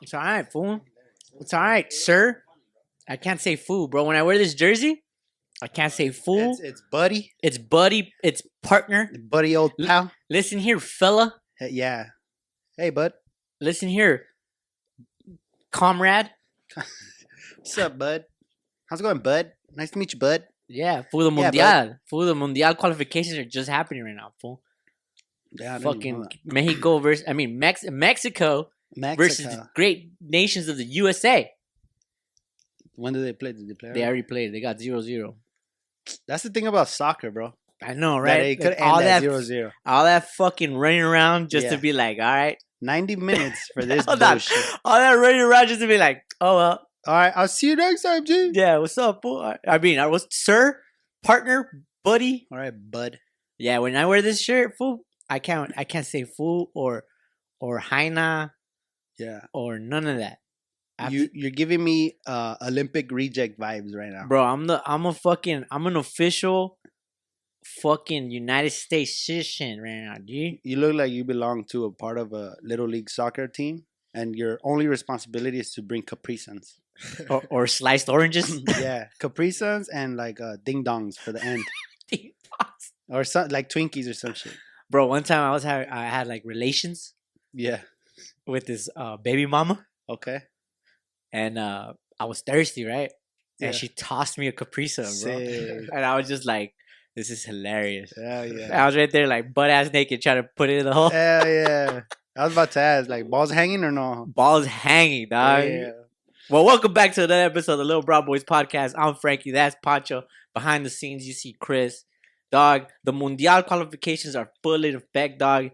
It's all right, fool. It's all right, sir. I can't say fool, bro. When I wear this jersey, I can't say fool. It's, it's buddy, It's buddy. It's partner. buddy, old L- pal. Listen here, fella. Hey, Yeah. Hey, bud. Listen here, comrade. What's up, bud? How's it going, bud? Nice to meet you, bud. Yeah, fool the Yeah, mundial. bud. fool the mundial qualifications are just happening right now, fool. Yeah, I didn't even know Fucking Mexico versus I mean Mex- Mexico that. versus Mexico. the great nations of the USA. When do they play? Did they play? They already? already played. They got zero zero. That's the thing about soccer, bro. I know, Right. That right? it could Like, end at that, zero zero. all that fucking running around just to Yeah. be like, all right, Ninety minutes for this Hold on. bullshit. all that running around just to be like, oh well, All right, I'll see you next time, G. yeah, what's up, boy? I mean, I was sir, partner, buddy. All right, bud. Yeah, when I wear this shirt, fool, I can't, I can't say fool or or Haina Yeah. or none of that. I You you're giving me uh Olympic reject vibes right now. Bro, I'm the I'm a fucking I'm an official fucking United States citizen right now, dude. You look like you belong to a part of a little league soccer team, and your only responsibility is to bring Capri Suns. Or, or sliced oranges. yeah, Capri Suns and like uh, ding dongs for the end, or some like Twinkies or some shit. Bro, one time I was having I had like relations Yeah. with this uh, baby mama Okay. and uh, I was thirsty, right? Yeah. And she tossed me a capricsa, bro. Sick. And I was just like, this is hilarious. Hell yeah. I was right there like butt ass naked trying to put it in the hole. Hell yeah. I was about to ask, like balls hanging or no? Oh, Balls hanging, dog. yeah. Well, welcome back to another episode of the Little Brown Boys podcast. I'm Frankie. That's Pancho. Behind the scenes, you see Chris. Dog, the Mundial qualifications are fully in effect, dog.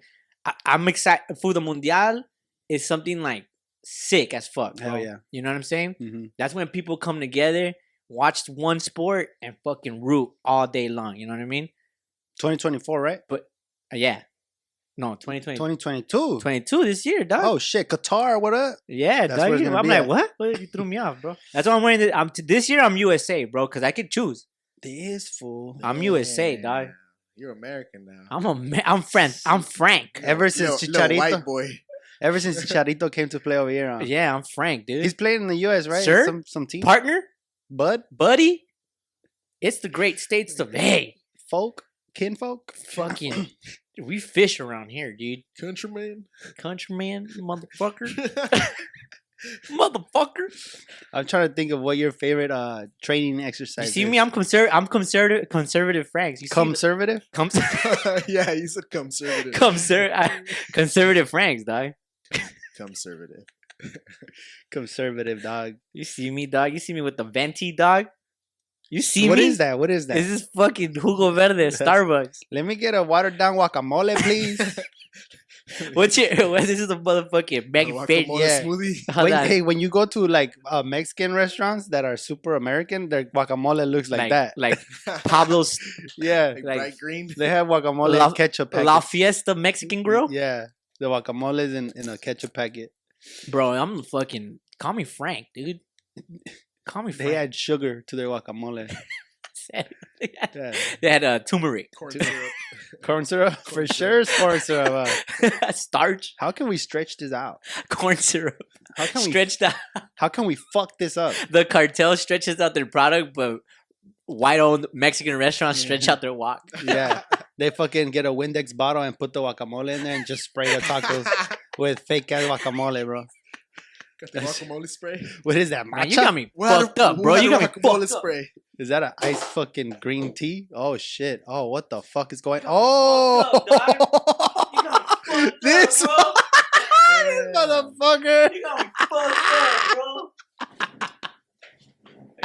I- I'm excited. For the Mundial is something like sick as fuck. Hell bro. yeah. You know what I'm saying? Mhm. That's when people come together, watch one sport, and fucking root all day long. You know what I mean? 2024, right? Uh, yeah. No, 2020. 2022. 22 this year, dog. Oh shit, Qatar, what up? Yeah, dog, That's where it's you- gonna I'm be like, at. what? What? You threw me off, bro. That's why I'm wearing. The, I'm t- this year. I'm USA, bro, because I can choose. This fool. I'm USA, dog. Damn, You're American now. I'm a. Ma- I'm Fran. I'm Frank. Ever Little- since little Chicharito, white boy. ever since Chicharito came to play over here, huh? Yeah, I'm Frank, dude. he's playing in the U.S. right? Sir? Some some team. partner, Bud, buddy. It's the great states of hey, folk, kinfolk. fucking. we fish around here, dude. Countryman. Countryman, motherfucker, motherfucker. I'm trying to think of what your favorite uh training You exercise. see is. me? I'm conservative. I'm conservative. Conservative Franks. You see the- conservative. com- yeah, he's a conservative. conser- I- conservative Franks, dog. Conservative. Conservative dog. You see me, dog. You see me with the venti, dog. You see What me. is that? What is that? This is fucking Hugo Verde, That's- Starbucks. Let me get a watered down guacamole, please. What's your? What, this is a motherfucking Megan Guacamole Fit. yeah. smoothie. Hold when, on. hey, when you go to like uh, Mexican restaurants that are super American, their guacamole looks like, that. Like Pablo's yeah, like, like- bright green. they have guacamole La- in ketchup. Packets. La Fiesta Mexican Grill, Yeah, the guacamole is in, in a ketchup packet. bro. I'm fucking. Call me Frank, dude. Call me Frank. They add sugar to their guacamole. they had, Yeah. they had uh, turmeric, Corn syrup. Corn syrup for Corn sure. syrup. Corn syrup. uh, starch, How can we stretch this out? corn syrup. How can we? Stretched out. How can we fuck this up? The cartel stretches out their product, but white-owned Mexican restaurants Yeah. stretch out their walk. Yeah, they fucking get a Windex bottle and put the guacamole in there and just spray the tacos with fake ass guacamole, bro. Got the guacamole spray. What is that? Man, you matcha? got me What fucked up, bro. You got me guacamole fucked up. spray. Is that a ice fucking green tea? Oh shit! Oh, what the fuck is going? You Oh, got me fucked You got me fucked up, This- bro. this motherfucker! You got me fucked up, bro.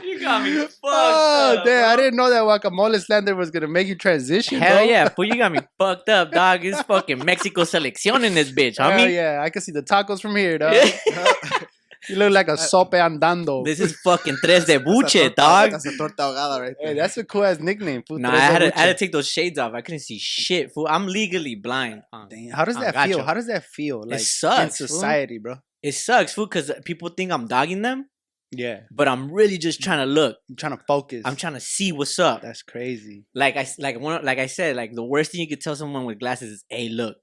You got me fucked Oh up. damn! I bro. didn't know that guacamole slander was gonna make you transition. Hell bro. yeah, fool, you got me fucked up, dog. It's fucking Mexico selección in this bitch, Hell homie. yeah! I can see the tacos from here, dog. You look like a I- sope andando. This is fucking tres de That's a buche, torta- dog. That's a torta ahogada right hey, there. that's a cool ass nickname. Food Nah, I had, to, I had to take those shades off. I couldn't see shit, fool. I'm legally blind. uh. How does Oh, that gotcha. feel? How does that feel? Like sucks, in fool. society, bro. It sucks, fool, because people think I'm dogging them, Yeah, but I'm really just trying to look. I'm trying to focus. I'm trying to see what's up. That's crazy. like I s- like one like I said, like the worst thing you could tell someone with glasses is, "Hey, look,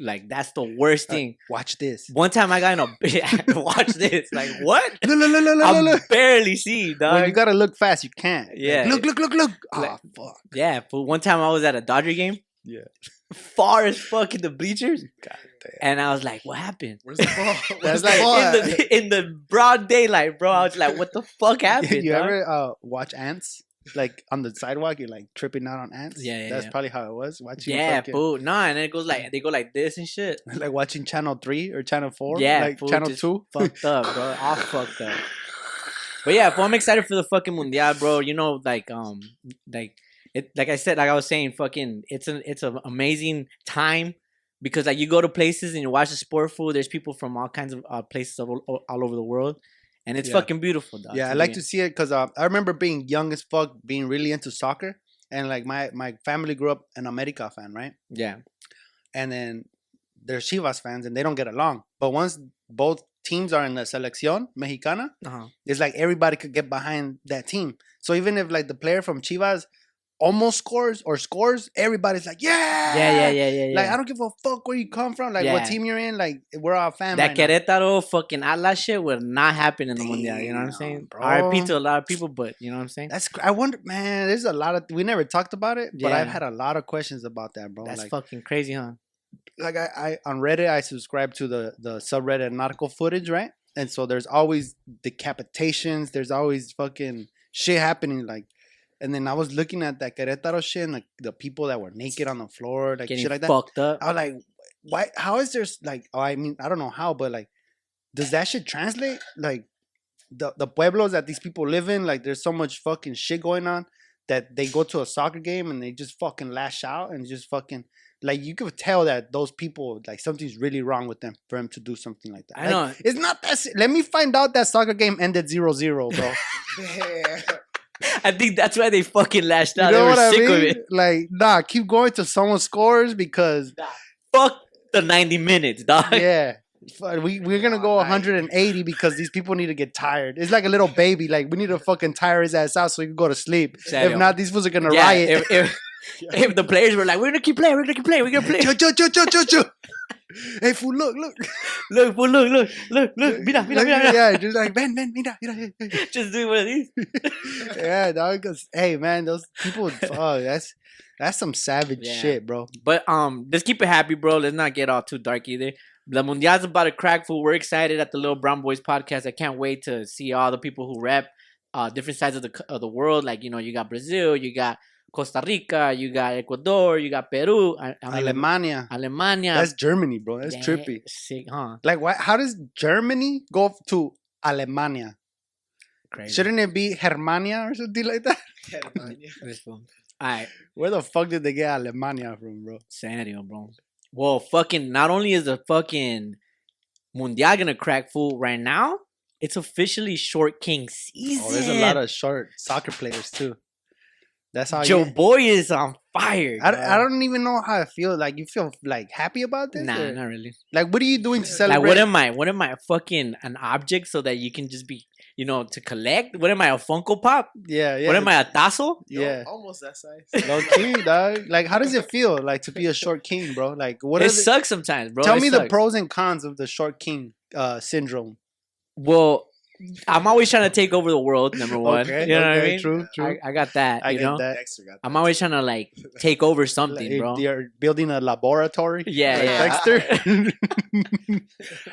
Like that's the worst Uh, thing. Watch this. One time I got in a watch this. Like what? Look, look, look, look, look, I look. barely see, dog. When you gotta look fast, you can't. Yeah. Look, look, look, look. Like- oh, fuck. yeah, but one time I was at a Dodger game. Yeah. Far as fucking the bleachers, God damn. and I was like, "What happened?" Where's the ball? Where's That's the like- ball? in at? the in the broad daylight, bro. I was like, "What the fuck You, happened?" you dog?" ever uh, watch ants? Like on the sidewalk, you're like tripping out on ants. Yeah, yeah, That's yeah. probably how it was watching. Yeah, fucking- fool. Nah, and then it goes like they go like this and shit. like watching Channel Three or Channel Four. Yeah, like fool, Channel just Two. fucked up, bro. All fucked up. But yeah, fool, I'm excited for the fucking mundial, bro. You know, like um, like it, like I said, like I was saying, fucking, it's an it's an amazing time because like you go to places and you watch the sport fool. There's people from all kinds of uh, places all, all- all over the world, and it's Yeah. fucking beautiful, dog. yeah, I like to see it because uh, I remember being young as fuck, being really into soccer, and like my my family grew up an America fan, right? Yeah, And then they're Chivas fans, and they don't get along. But once both teams are in the selección mexicana, uh-huh. it's like everybody could get behind that team. So even if like the player from Chivas almost scores or scores, everybody's like, yeah, yeah, yeah, yeah, yeah. yeah. Like I don't give a fuck where you come from, like Yeah. what team you're in, like we're all fan. that right now. Querétaro fucking Atlas shit will not happen in the mundial. You know what I'm saying? Damn, bro. RIP to a lot of people, but you know what I'm saying? That's cr- I wonder, man. There's a lot of we never talked about it, but I've Yeah. had a lot of questions about that, bro. That's like, fucking crazy, huh? like I, I on Reddit, I subscribe to the the subreddit nautical footage, right? And so there's always decapitations. There's always fucking shit happening, like. And then I was looking at that Querétaro shit, and like the people that were naked on the floor, like Getting shit like that. fucked up. I was like, why? How is there s- like? Oh, I mean, I don't know how, but like, does that shit translate? Like, the the pueblos that these people live in, like, there's so much fucking shit going on that they go to a soccer game and they just fucking lash out and just fucking like you could tell that those people like something's really wrong with them for them to do something like that. I Like, know. It's not that. se- Let me find out that soccer game ended 0-0, bro. Yeah. I think that's why they fucking lashed you out. know they were what I sick of it. mean? Like, nah, keep going till someone scores because Fuck the 90 minutes, dog. yeah. Fu- We we're gonna All go night. 180 because these people need to get tired. It's like a little baby. Like we need to fucking tire his ass out so he can go to sleep. Serio. If not, these fools are gonna Yeah, riot. If, if, if the players were like, we're gonna keep playing, we're gonna keep playing, we're gonna play. Cho, cho, cho, cho, cho, cho. hey fool, look, look, look, fool, look, look, look, look, mira, mira, mira, Like, mira. Yeah, just like man, man, mira, mira. hey, hey." Just do one of these. Yeah, dog. 'cause, hey, man, those people. Oh, that's that's some savage Yeah. shit, bro. But um, let's keep it happy, bro. Let's not get all too dark either. The Mundial's about to crack, fool. We're excited at the Little Brown Boys podcast. I can't wait to see all the people who rep uh, different sides of the c- of the world. Like you know, you got Brazil, you got Costa Rica, you got Ecuador, you got Peru, I, I mean, Alemania. Alemania. That's Germany, bro. That's Yeah, trippy. Sick, huh? Like, why? How does Germany go to Alemania? Crazy. Shouldn't it be Germania or something like that? This fool. All right, Where the fuck did they get Alemania from, bro? serio, bro. Well, fucking. Not only is the fucking mundial gonna crack full right now, it's officially short king season. Oh, there's a lot of short soccer players too. That's how Joe you. Boy is on fire. I, don't- I dog. don't even know how I feel. Like you feel like happy about this. Nah, or- not really. Like what are you doing to celebrate? Like, what am I? What am I? Fucking an object so that you can just be, you know, to collect. What am I? A Funko Pop? yeah, yeah. what am I? A tassel? Yo, Yeah. Almost that size. Low key, dog. Like how does it feel like to be a short king, bro? Like what it is? sucks sometimes, bro. Tell It me the sucks. pros and cons of the short king uh, syndrome. Well, I'm always trying to take over the world. Number one, Okay, you know what I okay, mean. True, true. I, I got that. I you get know, that. Dexter got I'm always trying to like take over something, Like, bro. They're building a laboratory. Yeah, like yeah. Dexter.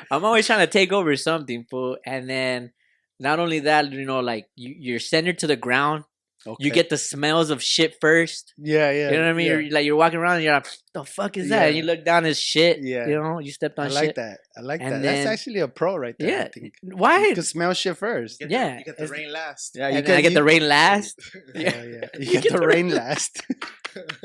I'm always trying to take over something, fool. And then not only that, you know, like you, you're centered to the ground. You Okay. get the smells of shit first. Yeah, yeah. You know what I mean? yeah. You're, like you're walking around and you're like, the fuck is that? And Yeah. you look down as shit. Yeah. You know, you stepped on I like shit. that. I like And that. then- That's actually a pro right there. Yeah. I think. Why? You can smell shit first. You get yeah, The, you get the it's- rain last. Yeah, and then I get the rain last. Yeah, yeah. yeah. You, get, the rain last.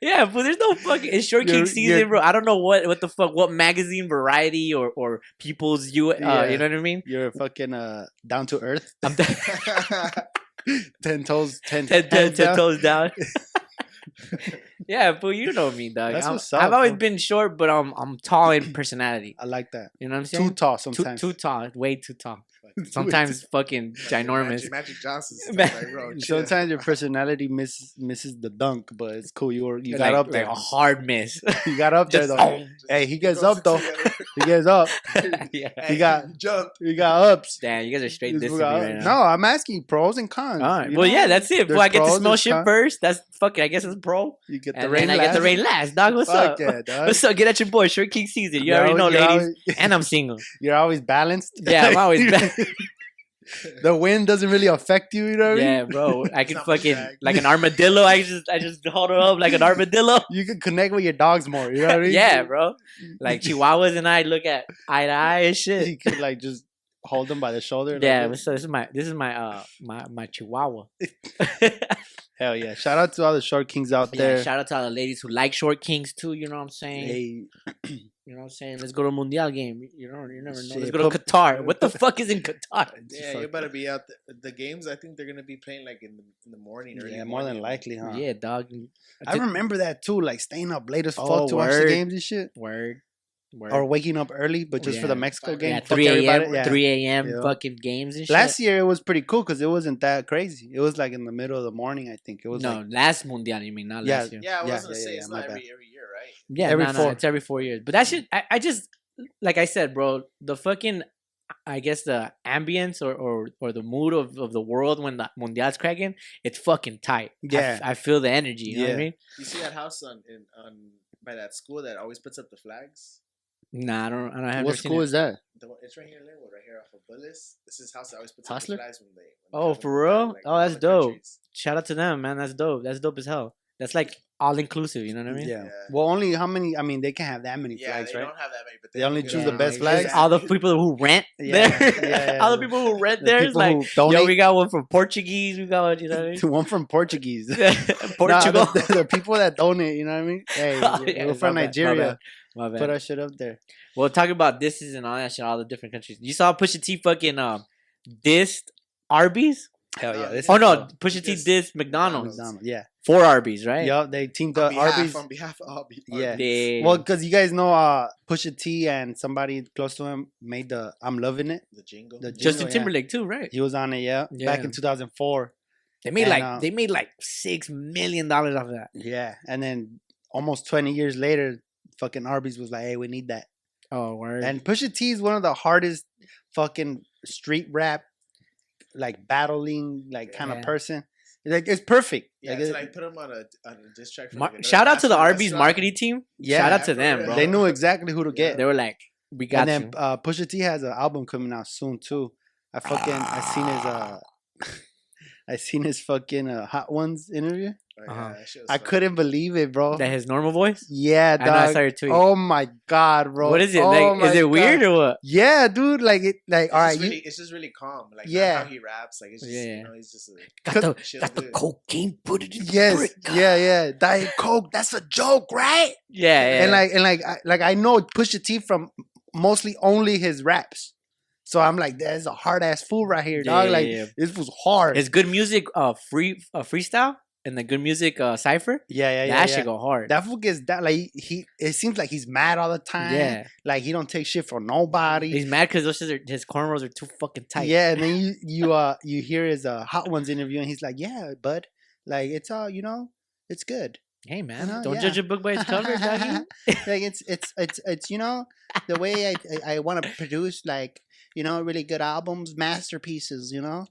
Yeah, but there's no fucking it's short king You're- season, you're- bro. I don't know what what the fuck what magazine variety or or people's you uh, Yeah. you know what I mean? You're fucking uh, down to earth. I'm ten, ten toes, ten, ten, ten, toes ten down. toes down. yeah, but you know me, dog. That's I'm- what's I've up, always bro. been short, but I'm I'm tall in personality. I like that. You know what I'm Too saying? tall Too sometimes. too tall, way too tall. Fuck Sometimes fucking ginormous. Magic, Magic Johnson. Ma- Like, bro, chill. Sometimes your personality misses misses the dunk, but it's cool. You were, you got like, up there. like a hard miss. You got up there Just though. Hey, he gets up though. He gets up. yeah. He got jump. he got ups. Damn, you guys are straight He's dissing me got right ups. now. No, I'm asking pros and cons. All right. you Well, know? yeah, that's it. Well, There's I get to pros, smell there's shit cons. first. That's fucking. I guess it's pro. You get the and rain. then I get the last. rain last. Dog, what's Fuck up? yeah, dog. What's up? Get at your boy, Sure King season. You You're already know, always- ladies. you're always- And I'm single. You're always balanced. Yeah, I'm always You're- back. the wind doesn't really affect you. You know what I mean? Yeah, bro. I can Sounds fucking like- like an armadillo. I just I just hold her up like an armadillo. You can connect with your dogs more. You know what I mean? yeah, bro. Like Chihuahuas and I look at eye to eye and You shit. could like just hold them by the shoulder. like Yeah, this. so this is my this is my uh my my Chihuahua. Hell yeah! Shout out to all the short kings out there. yeah, shout out to all the ladies who like short kings too. You know what I'm saying? hey, You know what I'm saying? Let's go to a mundial game. You know, you never know. Let's Shit, go to pub- Qatar. What the fuck is in Qatar? Yeah, you better be out. The, the games, I think they're gonna be playing like in the, in the morning. Early yeah, more than morning. likely, huh? Yeah, dog. I Did- remember that too. Like staying up late as fuck Oh, to watch the word. games and shit, Word. Word. or waking up early, but just for the Yeah. Mexico Yeah, game. yeah, fuck 3 everybody, a.m. yeah. 3 a.m. Yeah. fucking games and shit. Last year it was pretty cool because it wasn't that crazy. It was like in the middle of the morning, I think. It was no, like last mundial. You mean not Yeah. last year? Yeah, I was Yeah, gonna yeah, say yeah, it's my not bad. every every year, right? Yeah, Every every no, no, four. it's every four years. But that shit, I, I just like I said, bro. The fucking, I guess the ambience or or, or the mood of, of the world when the mundial's cracking, it's fucking tight. I f- Yeah. I, feel the energy. You know what I Yeah. mean? You see that house on in on by that school that always puts up the flags. Nah, I don't. I don't have what school is is that? The one, it's right here in Linwood, right here off of Bullis. This is house that always puts Hustler? up the flags when they. When Oh, they for have, real? Oh, all that's the dope. countries. Shout out to them, man. That's dope. That's dope as hell. That's like all inclusive. You know what I mean? yeah. Yeah. Well, only how many? I mean, they can have that many Yeah, flags, they right? don't have that many, but They only do choose have the best like- flags? All the people who rent Yeah, there, yeah, all the yeah. people who rent The there is people like, who donate yo, we got one from Portuguese. We got one, you know what I mean? one from Portuguese. Nah, Portugal. the, the, the people that donate, you know what I mean? Hey, Oh, we're yeah, my from bad, my Nigeria. bad, My bad. Put our shit up there. Well, talking about disses and all that shit, all the different countries. You saw Pusha T fucking um dissed Arby's. Hell yeah, this Oh is no, cool. Pusha T Dissed dissed McDonald's. McDonald's. Yeah. for Arby's, right? Yup, they teamed on up behalf, Arby's. on behalf of Arby- Yeah. Arby's. They, Well, because you guys know, uh, Pusha T and somebody close to him made the "I'm Loving It." The jingle. The jingle. Justin yeah. Timberlake too, right? He was on it, yeah, back Yeah. in 2004. They made And, like uh, they made like six million dollars off of that. Yeah, and then almost 20 years later, fucking Arby's was like, "Hey, we need that." Oh word. And Pusha T is one of the hardest fucking street rap, like battling, like kind of Yeah. person. Like it's perfect. yeah, like, to it- like put him on a on a diss track. For Mar- like another shout out to the fast food Arby's restaurant. marketing team. yeah, Shout out to for them, real. bro. they knew exactly who to get. They were like, "We got and then you." uh, Pusha T has an album coming out soon too. I fucking I seen his uh, I seen his fucking uh, Hot Ones interview. Oh, yeah, Uh-huh. that shit was I fun. couldn't believe it, bro. That his normal voice. Yeah, I know. I saw oh. dog. your tweet. Oh my god, bro. what is it? Oh like, is my it God. weird or what? Yeah, dude. Like it. Like It's all right. just you- really, it's just really calm. Like yeah, Yeah. how he raps, like it's just Yeah, yeah. you know, he's just a, Got the chill got the dude. cocaine. Put it in the yes. brick. Yeah, yeah. Diet Coke. That's a joke, right? Yeah, yeah. And like and like I, like I know Pusha T from mostly only his raps. So I'm like, that's a hard ass fool right here, Yeah, dog. yeah, like yeah. this was hard. It's good music, uh, free, uh, freestyle, and the good music, uh, cipher. yeah, yeah, yeah. that yeah. should go hard. That fool gets that like he. It seems like he's mad all the time. yeah, like he don't take shit from nobody. he's mad because those shits are, his cornrows are too fucking tight. Yeah, and then you you uh you hear his uh hot ones interview, and he's like, "Yeah, bud, like it's all you know, it's good. Hey man, know, don't yeah. judge a book by its cover, doggy. like it's it's it's it's you know the way I I, I want to produce like you know really good albums, masterpieces, you know.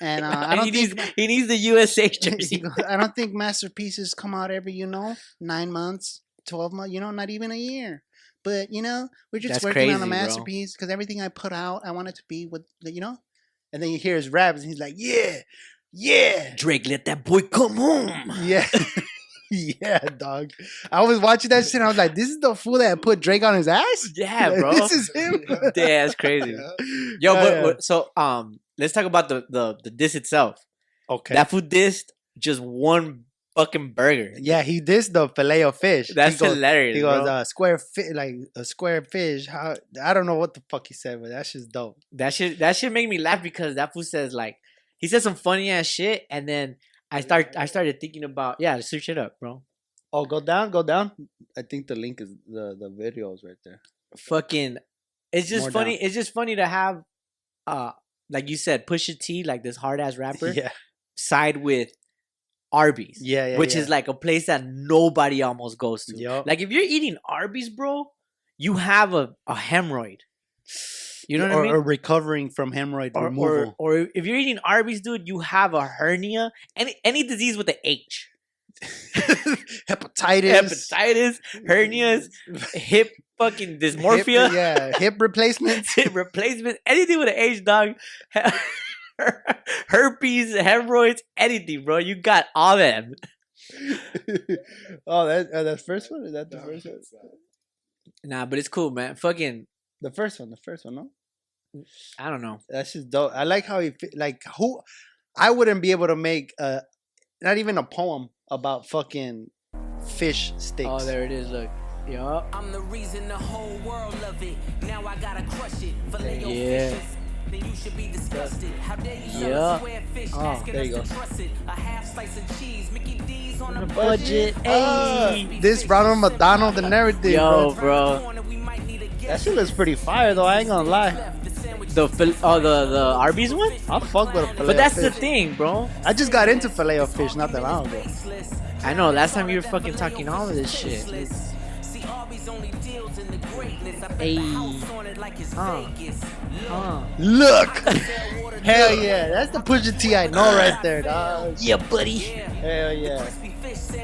And uh, I he don't needs think he needs the USA he jersey. goes, I don't think masterpieces come out every you know nine months, twelve months, you know, not even a year. But you know, we're just That's working on a crazy, bro. masterpiece because everything I put out, I want it to be with the- you know. And then you hear his raps, and he's like, "Yeah, yeah, Drake, let that boy come home. yeah." Yeah, dog. I was watching that shit. And I was like, "This is the fool that put Drake on his ass." Yeah, Like, bro. This is him. Yeah. yeah, that's crazy. Yeah. Yo, Yeah, but, yeah. but- so um, let's talk about the the the diss itself. okay. That food dissed just one fucking burger. yeah, he dissed the fillet of fish. He That's goes, hilarious. He goes, bro. uh, square fit like a square fish. How I don't know what the fuck he said, but that's just dope. That shit that shit made me laugh because that fool says like he said some funny ass shit and then I start I started thinking about yeah search it up bro Oh, go down, go down. I think the link is the the videos right there. fucking it's just More funny down. it's just funny to have uh like you said, Pusha T, like this hard ass rapper, Yeah, side with Arby's, yeah, yeah. which yeah. is like a place that nobody almost goes to. Yup. Like if you're eating Arby's, bro, you have a, a hemorrhoid. You know what or, I mean? or recovering from hemorrhoid Or, removal. or, or if you're eating Arby's, dude, you have a hernia. Any any disease with a H. hepatitis, Hepatitis, hernias, hip fucking dysmorphia. hip, yeah, hip replacement. replacement, anything with an H dog, herpes, hemorrhoids, anything, bro. You got all them. oh, that uh, that first one is that the No, first one? it's not. Nah, but it's cool, man. Fucking, The first one, the first one, no. I don't know. That's just dope. I like how he fi- like who I wouldn't be able to make uh not even a poem about fucking fish sticks. Oh, there it is. Look, yup. I'm the reason the whole world love it. Now I gotta crush it. Filet your Yeah. fishes. Then you should be disgusted. How dare you sell Yeah. us square fish Oh, asking there us you to trust it. A half slice of cheese. Mickey D's on a budget. budget. Ah, Ayy. this Ronald McDonald and everything, Yo. bro. Oh, bro. That shit looks pretty fire though. I ain't gonna lie. The fil- oh the the Arby's one. I fuck with a fillet. But of that's the fish. thing, bro. I just got into fillet of fish not that long ago. I know. Last time you were fucking talking all of this shit. See, Arby's only deals in the greatness. I bet the Ayy. house on it like it's Uh. Vegas. Uh, Look, Look. hell yeah, that's the Pusha T I know right there, dog. yeah, buddy. Yeah. Hell yeah.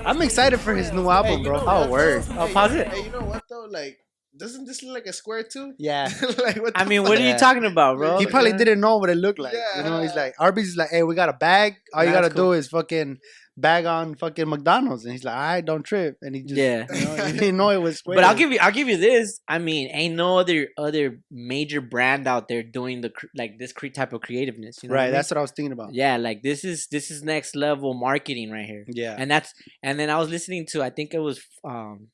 I'm excited for his new album, Hey, bro. you know oh, what, word. though? Oh, pause it. Hey, you know what though? Like, doesn't this look like a square too? Yeah. like, what I the mean, fuck? what are Yeah. you talking about, bro? He probably Yeah. didn't know what it looked like. You know, he's Yeah. like Arby's is like, hey, we got a bag. All you That's gotta do cool. is fucking bag on fucking McDonald's, and he's like, all right, don't trip, and he just Yeah. you know, he didn't know it was square. But I'll give you, I'll give you this. I mean, ain't no other other major brand out there doing the cr- like this cre- type of creativeness. You know what I right. mean? That's what I was thinking about. yeah like this is this is next level marketing right here Yeah. and that's and then i was listening to i think it was um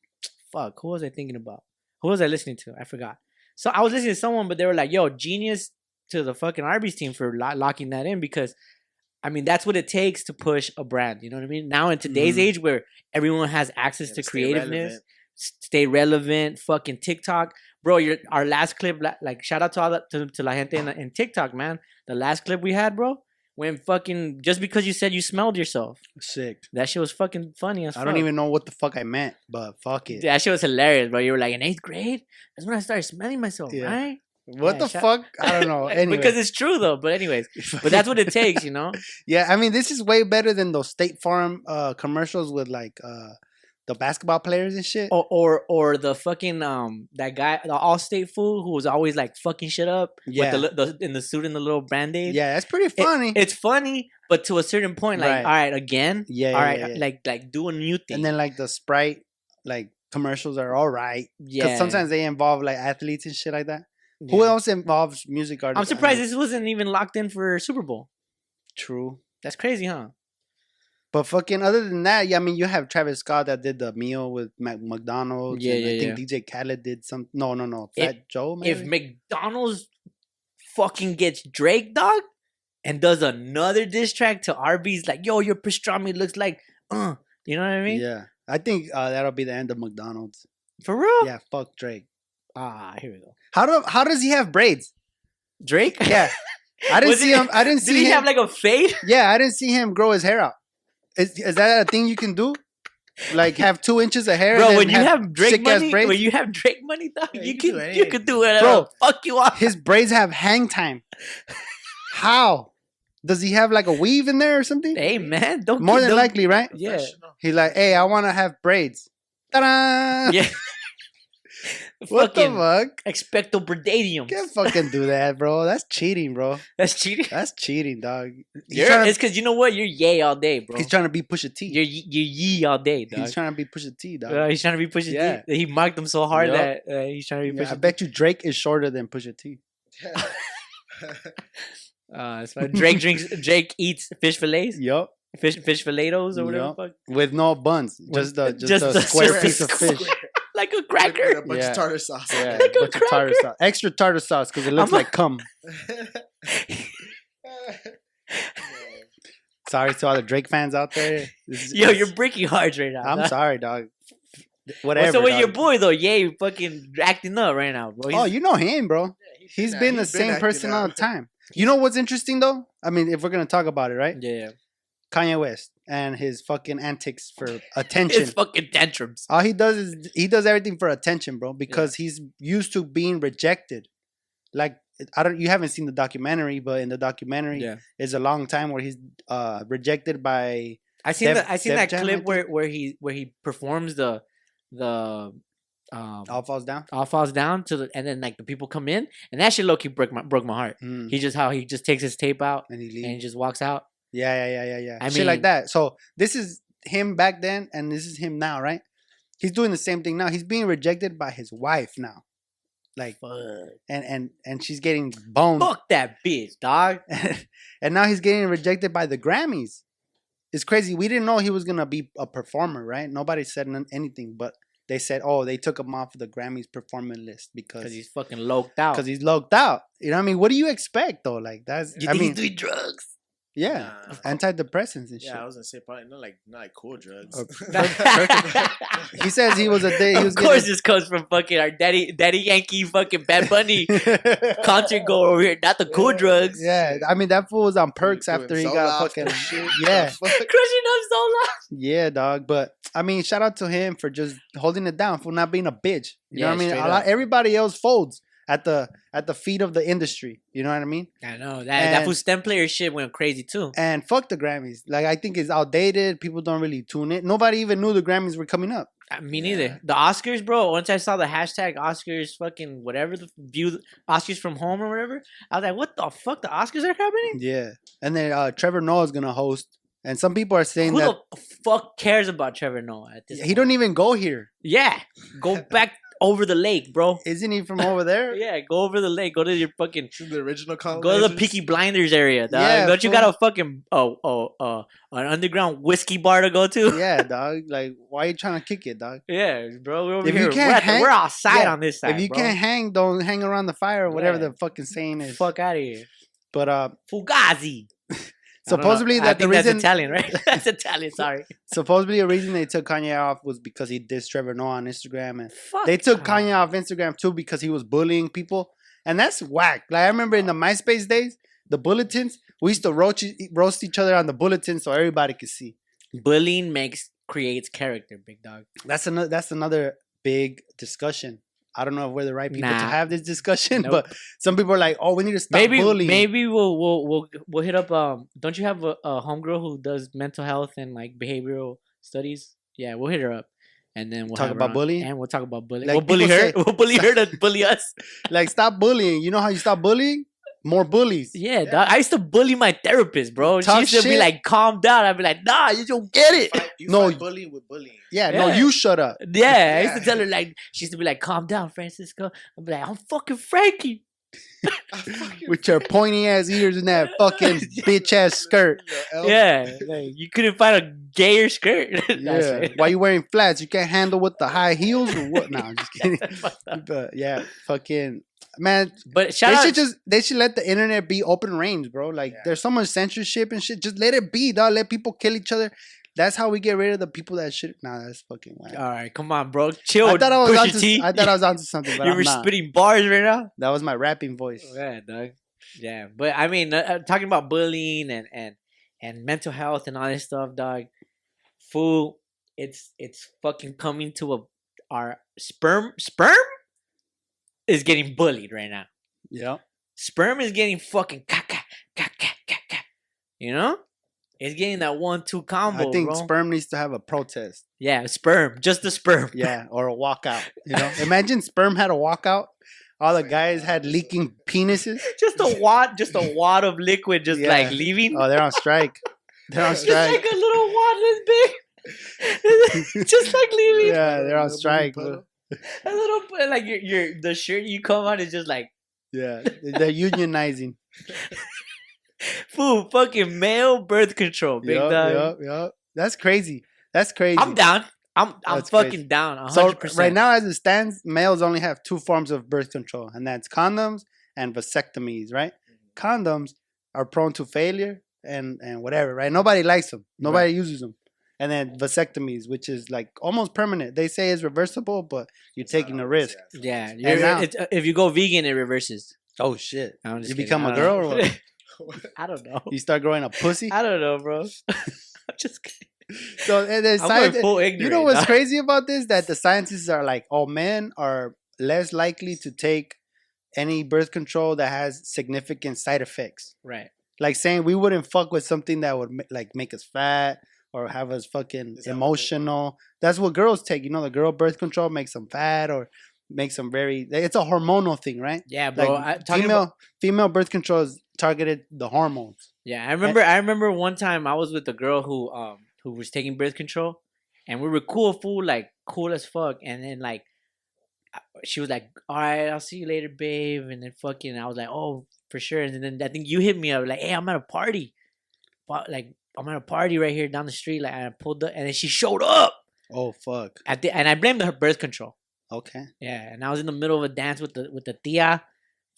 fuck who was i thinking about who was i listening to i forgot so i was listening to someone but they were like yo genius to the fucking arby's team for lo- locking that in because i mean that's what it takes to push a brand you know what i mean now in today's Mhm. age where everyone has access Gotta to stay creativeness relevant. s- stay relevant fucking tiktok bro your our last clip la- like shout out to all the, to, to la gente in, in tiktok man the last clip we had bro when fucking just because you said you smelled yourself Sick. that shit was fucking funny as I don't fuck. even know what the fuck I meant, but fuck it. That shit was hilarious, bro. You were like in eighth grade. That's when I started smelling myself, Yeah. right? What Yeah, the shut- fuck? I don't know. Anyway. because it's true though. But anyways, but that's what it takes, you know. Yeah, I mean, this is way better than those State Farm uh, commercials with like uh, the basketball players and shit. Or or or the fucking um that guy, the Allstate fool who was always like fucking shit up Yeah. with the, li- the in the suit and the little band aid. yeah, that's pretty funny. it's funny, but to a certain point, like Right. all right, again, yeah, all yeah, right, yeah, yeah. like like do a new thing. and then like the Sprite like commercials are all right because yeah, sometimes they involve like athletes and shit like that. yeah. Who else involves music artists? I'm surprised this wasn't even locked in for Super Bowl. True. That's crazy, huh? But fucking other than that, yeah, I mean, you have Travis Scott that did the meal with Mac- McDonald's. Yeah, and yeah, I think DJ Khaled did some. No, no, no. If- Fat Joe, maybe? if McDonald's fucking gets Drake dog and does another diss track to Arby's, like, yo, your pastrami looks like, uh, you know what I mean? yeah, I think uh, that'll be the end of McDonald's. For real? Yeah, fuck Drake. Ah, here we go. How do how does he have braids? Drake? Yeah, I didn't Was see it- him. I didn't Did see he him. have like a fade? yeah, I didn't see him grow his hair out. Is is that a thing you can do? Like have two inches of hair, and Bro, then when you have Drake sick-ass money, braids? when you have Drake money, dog, Yeah, you, you can do can you anything. can do whatever Bro. the fuck you want. his braids have hang time. How does he have like a weave in there or something? Hey man, don't More get- than don't- likely, right? Yeah. Professional. He's like, hey, I want to have braids. Ta-da! Yeah. what the fucking fuck? expecto brigadium. Can't fucking do that, bro. That's cheating, bro. That's cheating. That's cheating, dog. He's, You're- trying, it's cause you know what? You're yay all day, to, bro. he's trying to be Pusha T. You're ye- you're yee all day, dog. He's trying to be Pusha T, dog. Uh, he's trying to be pushing Yeah. D. He mocked him so hard Yup. that uh, he's trying to be Yeah, I pushing. bet you Drake is shorter than Pusha T. uh, that's why Drake drinks. Drake eats fish fillets, Yup. fish fish filletos or whatever. Yup. the Fuck. With no buns, just the just, just a the- just square a piece of square- fish. Like a With- with a cracker. bunch Yeah. of tartar sauce. on Yeah, it. a bunch of tartar cracker. sauce, extra tartar sauce because it looks I'm a- like cum. Sorry to all the Drake fans out there. This is- Yo, you're breaking hearts right now. uh, I'm dog. sorry, dog. Whatever. What's up with dog. your boy though? Yay, fucking acting up right now, bro. Oh, He's- you know him, bro. Yeah, He's been the he's same acting person all the out. time. You know what's interesting though? I mean, if we're gonna talk about it, right? Yeah, Kanye West and his fucking antics for it's attention. fucking tantrums. All he does is he does everything for attention, bro, because he's used to being rejected. Like I don't you haven't seen the documentary, but in the documentary Yeah, it's a long time where he's uh rejected by I seen Def- that. I seen Def that Jam, I clip think. where where he where he performs the the um All Falls Down. all falls down to the and then like the people come in and that shit low key broke my broke my heart. Mm, He just how he just takes his tape out and he leaves. and he just walks out. Yeah, yeah, yeah, yeah, yeah. I Shit mean- like that. So this is him back then, and this is him now, right? He's doing the same thing now. He's being rejected by his wife now, like, Fuck, and and and she's getting boned, Fuck that bitch, dog. and now he's getting rejected by the Grammys. It's crazy. We didn't know he was gonna be a performer, right? Nobody said n- anything, but they said, "Oh, they took him off the Grammys performing list because Because he's he's fucking loked out. because he's locked out." You know what I mean? What do you expect though? Like that's you I think mean, he's doing drugs? yeah, Nah. antidepressants and shit. Yeah, I was gonna say probably not like not like cool drugs. Or- he says he was a day. He was of course, this comes from fucking our daddy, daddy Yankee, fucking Bad Bunny concert goer over here. Not the cool drugs. Yeah, I mean that fool was on Doing perks after he solo got ops fucking and shit. yeah. The fuck? Crushing up so long. yeah, dog. But I mean, shout out to him for just holding it down for not being a bitch. You Yeah, know what I mean? straight A lot, up. everybody else folds at the at the feet of the industry. You know what I mean? I know that that And- food stem player shit went crazy too. And fuck the Grammys. Like I think it's outdated. People don't really tune in. Nobody even knew the Grammys were coming up. Uh, Me Yeah. neither. The Oscars, bro. Once I saw the hashtag Oscars, fucking whatever the view Oscars from home or whatever, I was like, what the fuck? The Oscars are happening? Yeah. And then uh, Trevor Noah's gonna host. And some people are saying Who that the fuck cares about Trevor Noah at this? he don't point? even go here. Yeah, go back over the lake, bro. Isn't he from over there? Yeah, go over the lake. Go to your fucking. Shoot the original Go to the colonizers. Peaky Blinders area. Dog. Oh, Yeah, don't you fool. got a fucking oh oh uh an underground whiskey bar to go to? yeah, dog. Like, why you trying to kick it, dog? Yeah, bro. We're over If you here. can't we're, at the- hang- we're outside yeah, on this side. if you bro. can't hang, don't hang around the fire or whatever Yeah. the fucking saying is. fuck out of here. But uh, Fugazi. I don't know. Supposedly I that the think reason- that's Italian, right? that's Italian. Sorry. supposedly the reason they took Kanye off was because he dissed Trevor Noah on Instagram, and Fuck. they took off. Kanye off Instagram too because he was bullying people, and that's whack. Like I remember in the MySpace days, the bulletins we used to roast e- roast each other on the bulletin so everybody could see. Bullying makes creates character, big dog. That's another. That's another big discussion. I don't know if we're the right people to Nah. have this discussion, Nope. but some people are like, "Oh, we need to stop maybe bullying." maybe we'll we'll we'll we'll hit up. Um, don't you have a, a homegirl who does mental health and like behavioral studies? Yeah, we'll hit her up. And then we'll have Talk her about on. bullying? and we'll talk about bullying. Like we'll bully people her. say- we'll bully her to bully us. like stop bullying. You know how you stop bullying? More bullies. Yeah, dog. I used to bully my therapist, bro. Talk she used to be shit. like, "Calm down." I'd be like, "Nah, you don't get it." Fight- you No, fight bully with bullying. Yeah, no, Yeah. you shut up. Yeah, I used to Yeah. tell her like she used to be like, "Calm down, Francisco." I'd be like, "I'm fucking Frankie." I fucking- With your pointy ass ears and that fucking bitch ass skirt. Your elf- Yeah, like, you couldn't find a gayer skirt. That's Yeah. right. Why you wearing flats? You can't handle with the high heels or what? No, I'm just kidding. That's fucked up. But yeah, fucking man, But shout they out, should just they should let the internet be open range, bro. Like Yeah. there's so much censorship and shit. Just let it be, dog. Let people kill each other. That's how we get rid of the people that should. Nah, that's fucking whack. all right, come on, bro, chill. I thought I was Uh, Pusha onto, T. I thought I was onto something, but you I'm were not. spitting bars right now. That was my rapping voice. Yeah, dog. Yeah, but I mean, uh, uh, talking about bullying and and and mental health and all this stuff, dog. Fool, it's it's fucking coming to a our sperm sperm is getting bullied right now. Yeah. Sperm is getting fucking caca caca caca. You know, it's getting that one two combo. I think bro. sperm needs to have a protest. Yeah, sperm, just the sperm. Yeah, or a walkout. You know, imagine sperm had a walkout. All the guys had leaking penises. Just a wad, just a wad of liquid, just Yeah. like leaving. Oh, they're on strike. They're on Just just like strike. a little wad this big. just like leaving. Yeah, they're on Bully strike. puddle. a little bit like your your the shirt you come on is just like Yeah, they're unionizing. fool fucking male birth control, big Yup, dog. yup, yup. That's crazy. That's crazy. I'm down. I'm I'm That's fucking crazy. down. 100%. So right now, as it stands, males only have two forms of birth control, and that's condoms and vasectomies. Right? Condoms are prone to failure and and whatever. Right? Nobody likes them. Nobody uses them. And then vasectomies, which is like almost permanent. They say it's reversible, but you're It's not taking a always, risk. yeah, it's not yeah, always. you're- uh, now- it's- if you go vegan, it reverses. Oh shit! No, I'm just You kidding. become I a don't girl know. or what? I don't know. You start growing a pussy. I don't know, bro. I'm just kidding. So and then I'm going science, full ignorant. you know what's dog. crazy about this? That the scientists are like, oh, men are less likely to take any birth control that has significant side effects. Right. like saying we wouldn't fuck with something that would ma- like make us fat or have us Is fucking that what they- emotional. That's what girls take. You know, the girl birth control makes them fat or makes them very. It's a hormonal thing, right? Yeah, Like bro. I, talking female about, female birth control is targeted the hormones. yeah, I remember. I remember one time I was with a girl who um who was taking birth control, and we were cool, fool, like cool as fuck. And then like, I- she was like, "All right, I'll see you later, babe." And then fucking, I was like, "Oh, for sure." And then I think you hit me up like, "Hey, I'm at a party, but like I'm at a party right here down the street." Like and I pulled up, and then she showed up. Oh fuck. I thi- and I blamed her birth control. Okay. Yeah, and I was in the middle of a dance with the with the tia,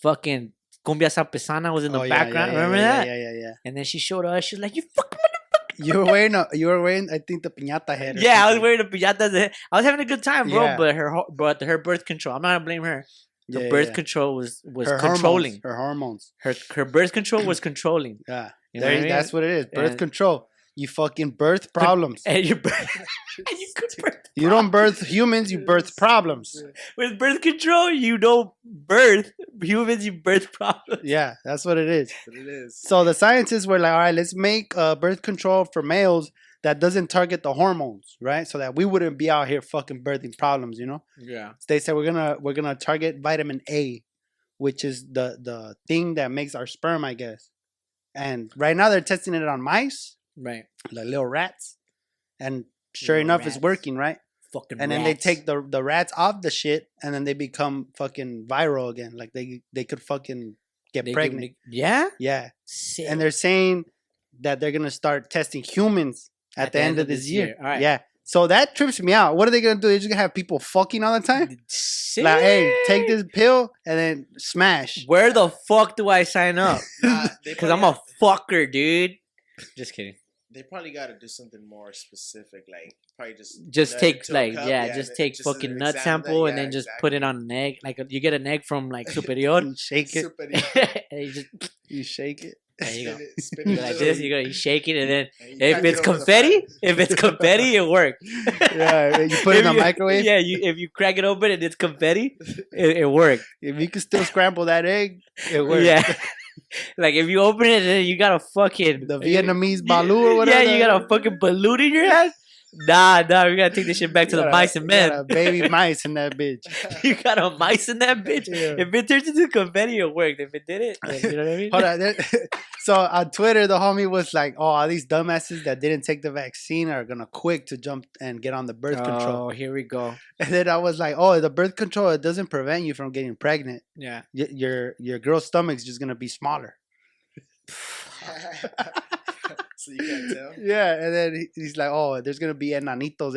fucking cumbia sapesana was in the Oh, yeah, yeah, background. yeah, Remember yeah, that? Yeah, yeah, yeah. And then she showed us. She was like, "You fucking." yeah. You were wearing a, you were wearing I think the piñata head. or Yeah, I was something. wearing the piñatas. I was having a good time, bro. Yeah. But her, ho- but her birth control. I'm not gonna blame her. Her Yeah, birth yeah. control was was Her hormones- controlling. her hormones. Her her birth control was controlling. Yeah, You know there, what I that's mean? what it is. Birth And- control. You fucking birth problems. And your birth, and you could birth You don't birth humans. You birth problems. with birth control. You don't birth humans. You birth problems. Yeah, that's what it is. But it is. So the scientists were like, all right, let's make uh, birth control for males that doesn't target the hormones, right? So that we wouldn't be out here fucking birthing problems, you know? Yeah. They said we're gonna we're gonna target vitamin A, which is the the thing that makes our sperm, I guess. And right now they're testing it on mice, Right. like little rats, and sure Little enough, rats. it's working, right? Fucking. and then they rats. take the the rats off the shit, and then they become fucking viral again. Like they they could fucking get They give- pregnant. they- yeah. yeah. Sick. and they're saying that they're gonna start testing humans at, the, end, of this year. year. All right. Yeah. So that trips me out. What are they gonna do? They're just gonna have people fucking all the time. Like, hey, take this pill and then smash. Where the fuck do I sign up? Nah, they Because probably I'm a have- fucker, dude. Just kidding. They probably got to do something more specific, like probably just Just nut take into a like cup, yeah, and just then- take an fucking nut examine that, sample and yeah, then just put it on an egg. Like you get an egg from like Superior. And shake it. exactly. Super- and you just You shake it. there you go. spin it- spin You it go like little, this, you go you shake it, and then and you if pack it it's over the confetti, fire. if it's confetti, it works. Yeah. You put it in If the you- microwave. Yeah, you if you crack it open and it's confetti, it, it works. If you can still scramble that egg, it works. Yeah, like if you open it, and then you got a fucking The Vietnamese Yeah, balu or whatever. Yeah, you got a fucking balloon in your ass. Nah, nah, we gotta take this shit back to You the got a- mice and you got men. a baby mice in that bitch. You got a mice in that bitch. Yeah. If it turns into confetti, it worked. If it didn't, then, you know what I mean? Hold on. there- so on Twitter, the homie was like, "Oh, all these dumbasses that didn't take the vaccine are gonna quick to jump and get on the birth Oh, control." here we go. And then I was like, "Oh, the birth control it doesn't prevent you from getting pregnant. Yeah. Y- your your girl's stomach's just gonna be smaller." so you can't tell. Yeah, and then he- he's like, "Oh, there's gonna be enanitos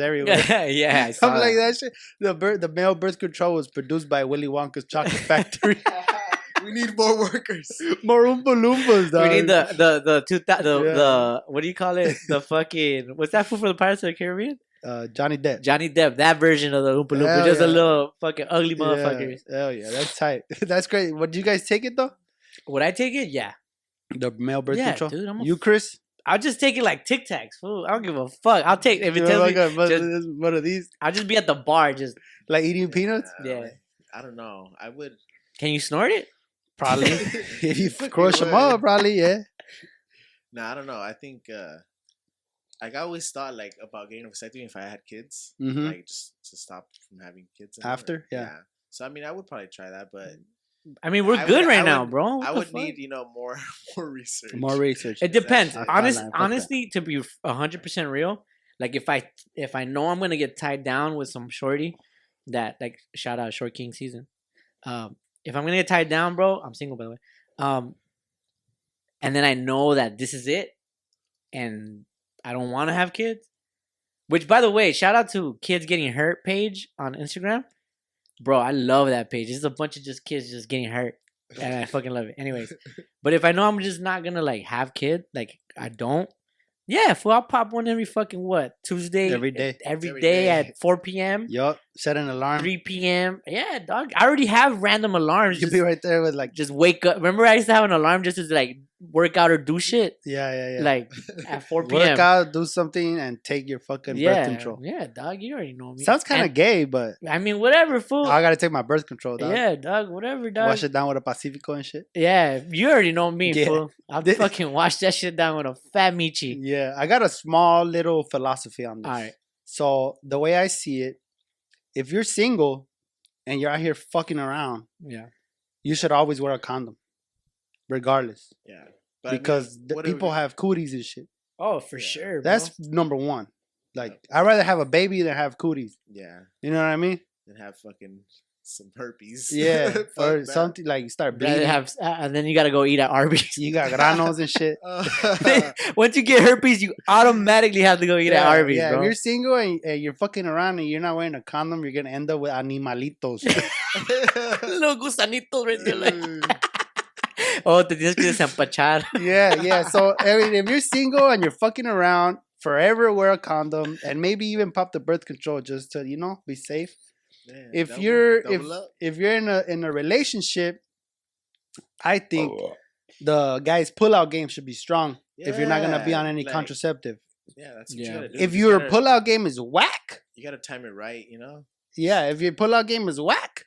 everywhere." yeah. I saw Something like that. that shit. The birth, the male birth control was produced by Willy Wonka's Chocolate Factory. we need more workers. More Oompa Loompas, dog. We need the the the two thou- the, Yeah. the what do you call it? The fucking what's that food for the Pirates of the Caribbean? uh, Johnny Depp. Johnny Depp, that version of the Oompa Loompa, Hell just a yeah. little fucking ugly Yeah, motherfuckers. Hell yeah, that's tight. that's great. What do you guys take it though? Would I take it? Yeah, The male birth yeah, control. dude. I'm a You, Chris? I'll just take it like Tic Tacs. fool. I don't give a fuck. I'll take if it You tells me. like a- one, just- of these- one of these, I'll just be at the bar. Just like eating peanuts. Uh, Yeah. I don't know. I would. can you snort it? Probably, if you Fucking crush them would. up, probably yeah. No, I don't know. I think uh like I always thought like about getting a vasectomy if I had kids, Mm-hmm. like just to stop from having kids and all that. After? Yeah. Mm. So I mean, I would probably try that, but I mean, we're I good would- right I now, would- bro. What I the would fuck? need you know more more research. More research. It depends. I- I Honest, like- fuck that. honestly, to be hundred percent real, like if I if I know I'm gonna get tied down with some shorty, that like shout out short king season. Um, if I'm gonna get tied down, bro, I'm single by the way. Um, and then I know that this is it, and I don't want to have kids. Which, by the way, shout out to kids getting hurt page on Instagram, bro. I love that page. It's a bunch of just kids just getting hurt, and I fucking love it. Anyways, but if I know I'm just not gonna like have kids, like I don't, Yeah, fool, I'll pop one every fucking what Tuesday. Every day. every Every day, day. at four p.m., Yup. Set an alarm. three p.m. Yeah, dog. I already have random alarms. You'll Just, be right there with like, just wake up. Remember, I used to have an alarm just to like work out or do shit. yeah, yeah, yeah. Like at four p.m. work out, do something, and take your fucking yeah, birth control. Yeah, dog. You already know me. Sounds kind of gay, but of. I mean, whatever, fool. I gotta take my birth control. Dog. Yeah, dog. Whatever, dog. Wash it down with a Pacifico and shit. Yeah, you already know me, Yeah. fool. I'll Thi- fucking wash that shit down with a fat michi. Yeah, I got a small little philosophy on this. All right. So the way I see it, if you're single and you're out here fucking around, Yeah. you should always wear a condom, regardless, Yeah. But I mean, because the what do people we- have cooties and shit. Oh, for Yeah. sure. bro. That's number one. Like, I'd rather have a baby than have cooties. yeah, You know what I mean? and have fucking some herpes. Yeah, Fuck or that. something like you start Rather bleeding. have- uh, and then you gotta go eat at Arby's. you got granos and shit. Uh, Once you get herpes, you automatically have to go eat at Arby's, yeah, bro. if you're single and, and you're fucking around and you're not wearing a condom, you're gonna end up with animalitos. Little gusanito right there, like, oh, te tienes que desempachar. yeah, yeah. So I mean, if you're single and you're fucking around, forever wear a condom and maybe even pop the birth control just to you know be safe. Man, If double- you're if double up. if you're in a in a relationship, I think the guy's pullout game should be strong. if you're not gonna be Yeah, on any like, contraceptive, yeah, that's what Yeah. you gotta do. if You your gotta- pullout game is whack, you gotta time it right, you know. yeah, if your pullout game is whack,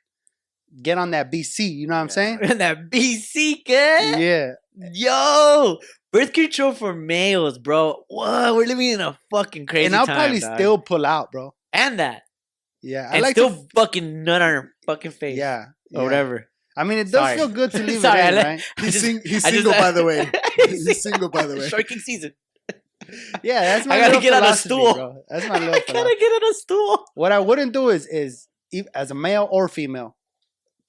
get on that BC. You know what I'm Yeah. saying? And that BC, kid. Yeah. Yo, birth control for males, bro. Whoa, we're living in a fucking crazy and I'll time, probably dog. still pull out, bro. and that. Yeah, I and like still Oh, to, fucking nut on her fucking face. yeah, Or yeah. whatever. I mean, it does Sorry. feel good to leave Sorry, it I in, let- right? I He's, just- sing- he's I just- single, by the way. He's He's single, by the way. Shark King season. Yeah, that's my. I gotta little get on a philosophy, stool. bro. That's my I little. gotta philosophy. get on a stool. What I wouldn't do is is if, as a male or female,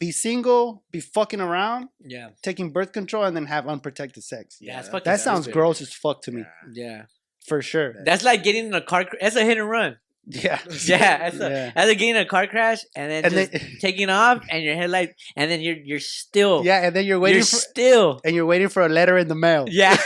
be single, be fucking around, Yeah, taking birth control, and then have unprotected sex. Yeah, it's that- fucking That sounds sounds good. gross as fuck to me, Yeah. yeah. for sure. That's like getting in a car. Cr- that's a hit and run. Yeah, Yeah, that's a, yeah, that's like getting in a car crash and then and just then taking off and your headlight, and then you're you're still yeah, and then you're waiting you're for still and you're waiting for a letter in the mail. yeah.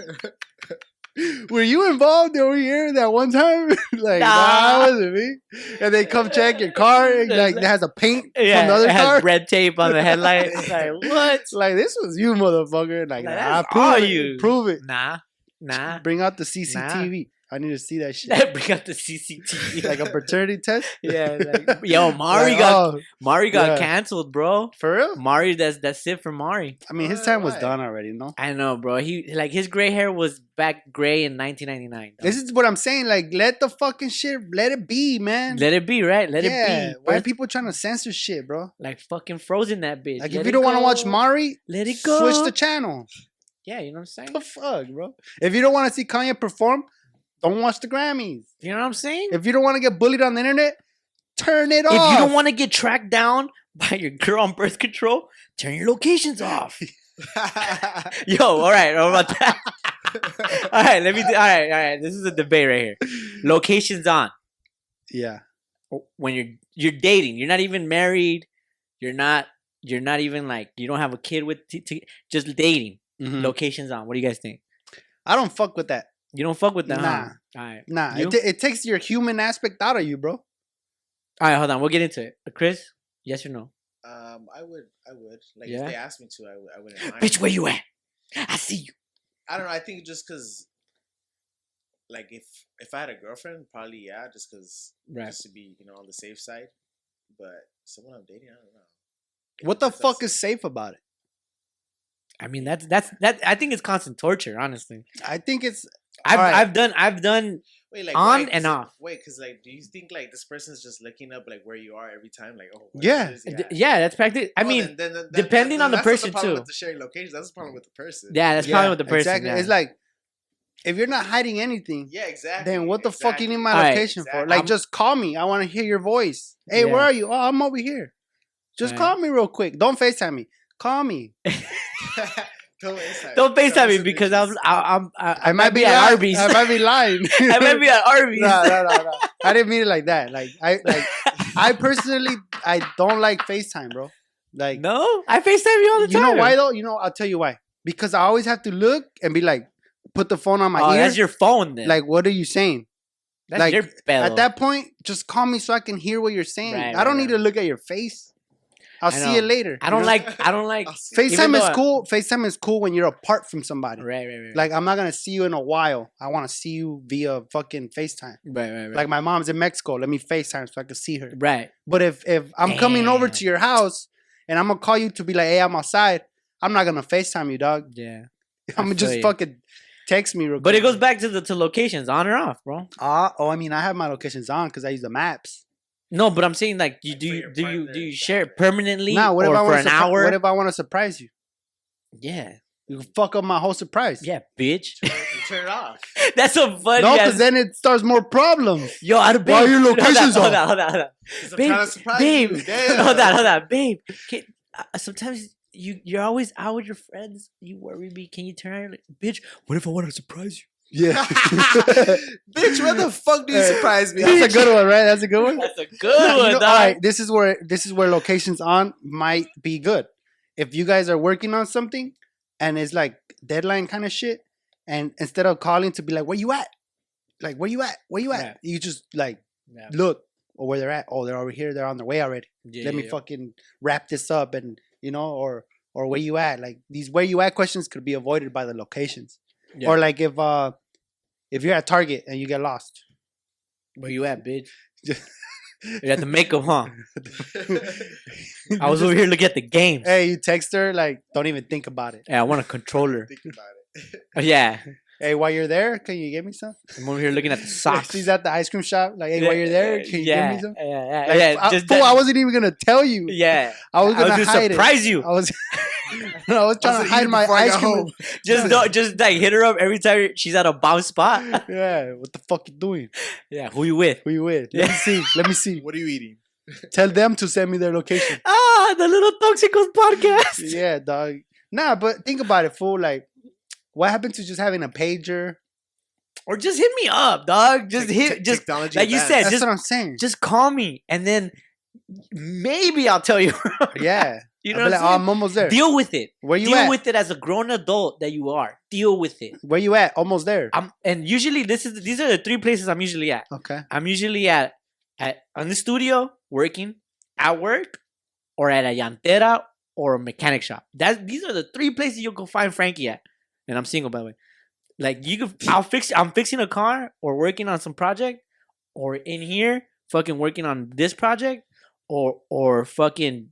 Were you involved over here that one time? like, nah, Nah. it wasn't me. And they come check your car, and, like, it has a paint Yeah, from the other it has car. red tape on the headlight. It's like what? like, this was you, motherfucker. Like, Like, nah, that's all prove it. you. Prove it. Nah, nah. Bring out the CCTV. I need to see that shit. Bring out the CCTV. like a paternity test. yeah, like, yo, Mari oh. Like, got oh, Mari got yeah. canceled, bro. for real? Mari, that's that's it for Mari. I mean, his Why- time was why? done already, no? I know, bro. He like his gray hair was back gray in 1999. dog. This is what I'm saying. Like, let the fucking shit, let it be, man. Let it be, right? Let yeah. it be. Why Birth- people trying to censor shit, bro? like fucking frozen that bitch. Like, Let it if you don't want to watch go. Mari, let it go. switch the channel. yeah, you know what I'm saying. the fuck, bro? If you don't want to see Kanye perform, don't watch the Grammys. You know what I'm saying. If, If you don't want to get bullied on the internet, turn it off. you don't want to get tracked down by your girl on birth control, turn your locations off. Yo, all right, all about that. all right, let me. Do, all right, all right. This is a debate right here. Locations on. yeah, when you're you're dating you're not even married you're not you're not even like you don't have a kid with t- t- just dating Mhm. locations on what do you guys think I don't fuck with that. you don't fuck with that huh? all right Nah, You? it, ta- it takes your human aspect out of you, bro. all right hold on we'll get into it Uh, chris yes or no um, I would, I would. Like Yeah? if they asked me to, I would. I wouldn't. mind. bitch where you at i see you I don't know. I think just because, like, if if I had a girlfriend, probably yeah, just because right just to be you know on the safe side. But someone I'm dating, I don't know. What the That's- fuck that's- is safe about it? i mean that's that's that i think it's constant torture honestly I think it's i've Alright. i've done i've done wait like on why? 'Cause and it- off. Wait, because like, do you think like this person's just looking up like where you are every time? Like, oh what Yeah. is he d- at? yeah that's practically i Oh, mean then- then- then- then- depending then on the that's not person, problem too. With the sharing locations, that's the problem with the person. yeah that's yeah, probably what the person Exactly. yeah. It's like if you're not hiding anything, Yeah, exactly. then what the fuck you need my Alright. location for? Exactly. Like, I'm- just call me. I want to hear your voice. Hey, Yeah. where are you? Oh, I'm over here. Just Right. call me real quick. Don't Facetime me. Call me. Don't FaceTime don't FaceTime me Some because I'm, bitches. I, I'm, I, I might be at lying- Arby's. I might be lying. I might be at Arby's. no, no, no, no. I didn't mean it like that. Like I, like I personally, I don't like FaceTime, bro. Like No, I FaceTime you all the you time. know why though? You know, I'll tell you why. Because I always have to look and be like, put the phone on my oh, ear. that's your phone then. like, what are you saying? that's like, your bell. At that point, just call me so I can hear what you're saying. Right, I don't right, need right. to look at your face. I'll I see know. you later. I don't you know? like. I don't like. even FaceTime though is I- cool. FaceTime is cool when you're apart from somebody. Right, right, right. Like I'm not gonna see you in a while. I want to see you via fucking FaceTime. right, right, right. Like my mom's in Mexico. Let me FaceTime so I can see her. right. But if if I'm coming over Damn. to your house and I'm gonna call you to be like, hey, I'm outside. I'm not gonna FaceTime you, dog. Yeah. I'm gonna feel just you. fucking text me real But it quick. goes back to the to locations, on or off, bro. Ah, oh, I mean, I have my locations on because I use the maps. No, but I'm saying like you Like, do for you your do you partner, do you it's share it permanently Nah, what or if I for want an hour? What if I want to surprise you? yeah, You can fuck up my whole surprise. yeah, bitch. Turn it off. That's a funny. No, ass- because then it starts more problems. Yo, out of Why are babe. your hold on, locations Hold off? on, hold on, hold on. It's a Babe, kind of surprise. babe, you. Damn. hold on, hold on, babe. Can, uh, sometimes you you're always out with your friends. You worry me. Can you turn on your li- bitch? What if I want to surprise you? Yeah, Bitch, what the fuck do you Hey, surprise me? that's a good one, right? That's a good one. That's a No, good you one, know- dog. all right, this is where this is where locations on might be good. If you guys are working on something and it's like deadline kind of shit, and instead of calling to be like, "Where you at? Like, where you at? Where you at?" Yeah. You just like Yeah. look or where they're at. Oh, they're over here. They're on their way already. Yeah, Let me yeah, fucking wrap this up, and you know, or or where you at? Like these where you at questions could be avoided by the locations. Yeah. Or like if uh if you're at Target and you get lost. Where you at, bitch? you at the makeup, huh? I You was just- over here looking at the games. Hey, you text her like, don't even think about it. Yeah, I want a controller. Oh, Think about it. Yeah, Hey, while you're there, can you get me some? I'm over here looking at the socks. She's at the ice cream shop. Like, hey, while you're there, can you yeah, get me some? Yeah, yeah, Like, yeah. I, just fool, that- I wasn't even gonna tell you. Yeah, I was I gonna was gonna hide it. surprise you. I was, I was trying gonna to eat hide it my before I ice got cream. home. Just don't, just like hit her up every time she's at a bounce spot. Yeah, what the fuck you doing? yeah, who you with? Who you with? Let me Yeah. see. Let me see. What are you eating? Tell them to send me their location. Ah, the little toxicos podcast. yeah, dog. Nah, but think about it, fool. Like, what happened to just having a pager? Or just hit me up, dog. Just Tech- hit, tech- just technology like you advanced. said. That's just- what I'm saying. just call me, and then maybe I'll tell you. yeah, you I'll know what I'm be like, oh, saying? I'm almost there. Deal with it. Where you Deal at? with it as a grown adult that you are. Deal with it. Where you at? Almost there. I'm, and usually this is these are the three places I'm usually at. Okay. I'm usually at at on the studio working at work or at a llantera or a mechanic shop. That these are the three places you can find Frankie at. And I'm single by the way. Like you could I'll fix I'm fixing a car or working on some project or in here fucking working on this project or or fucking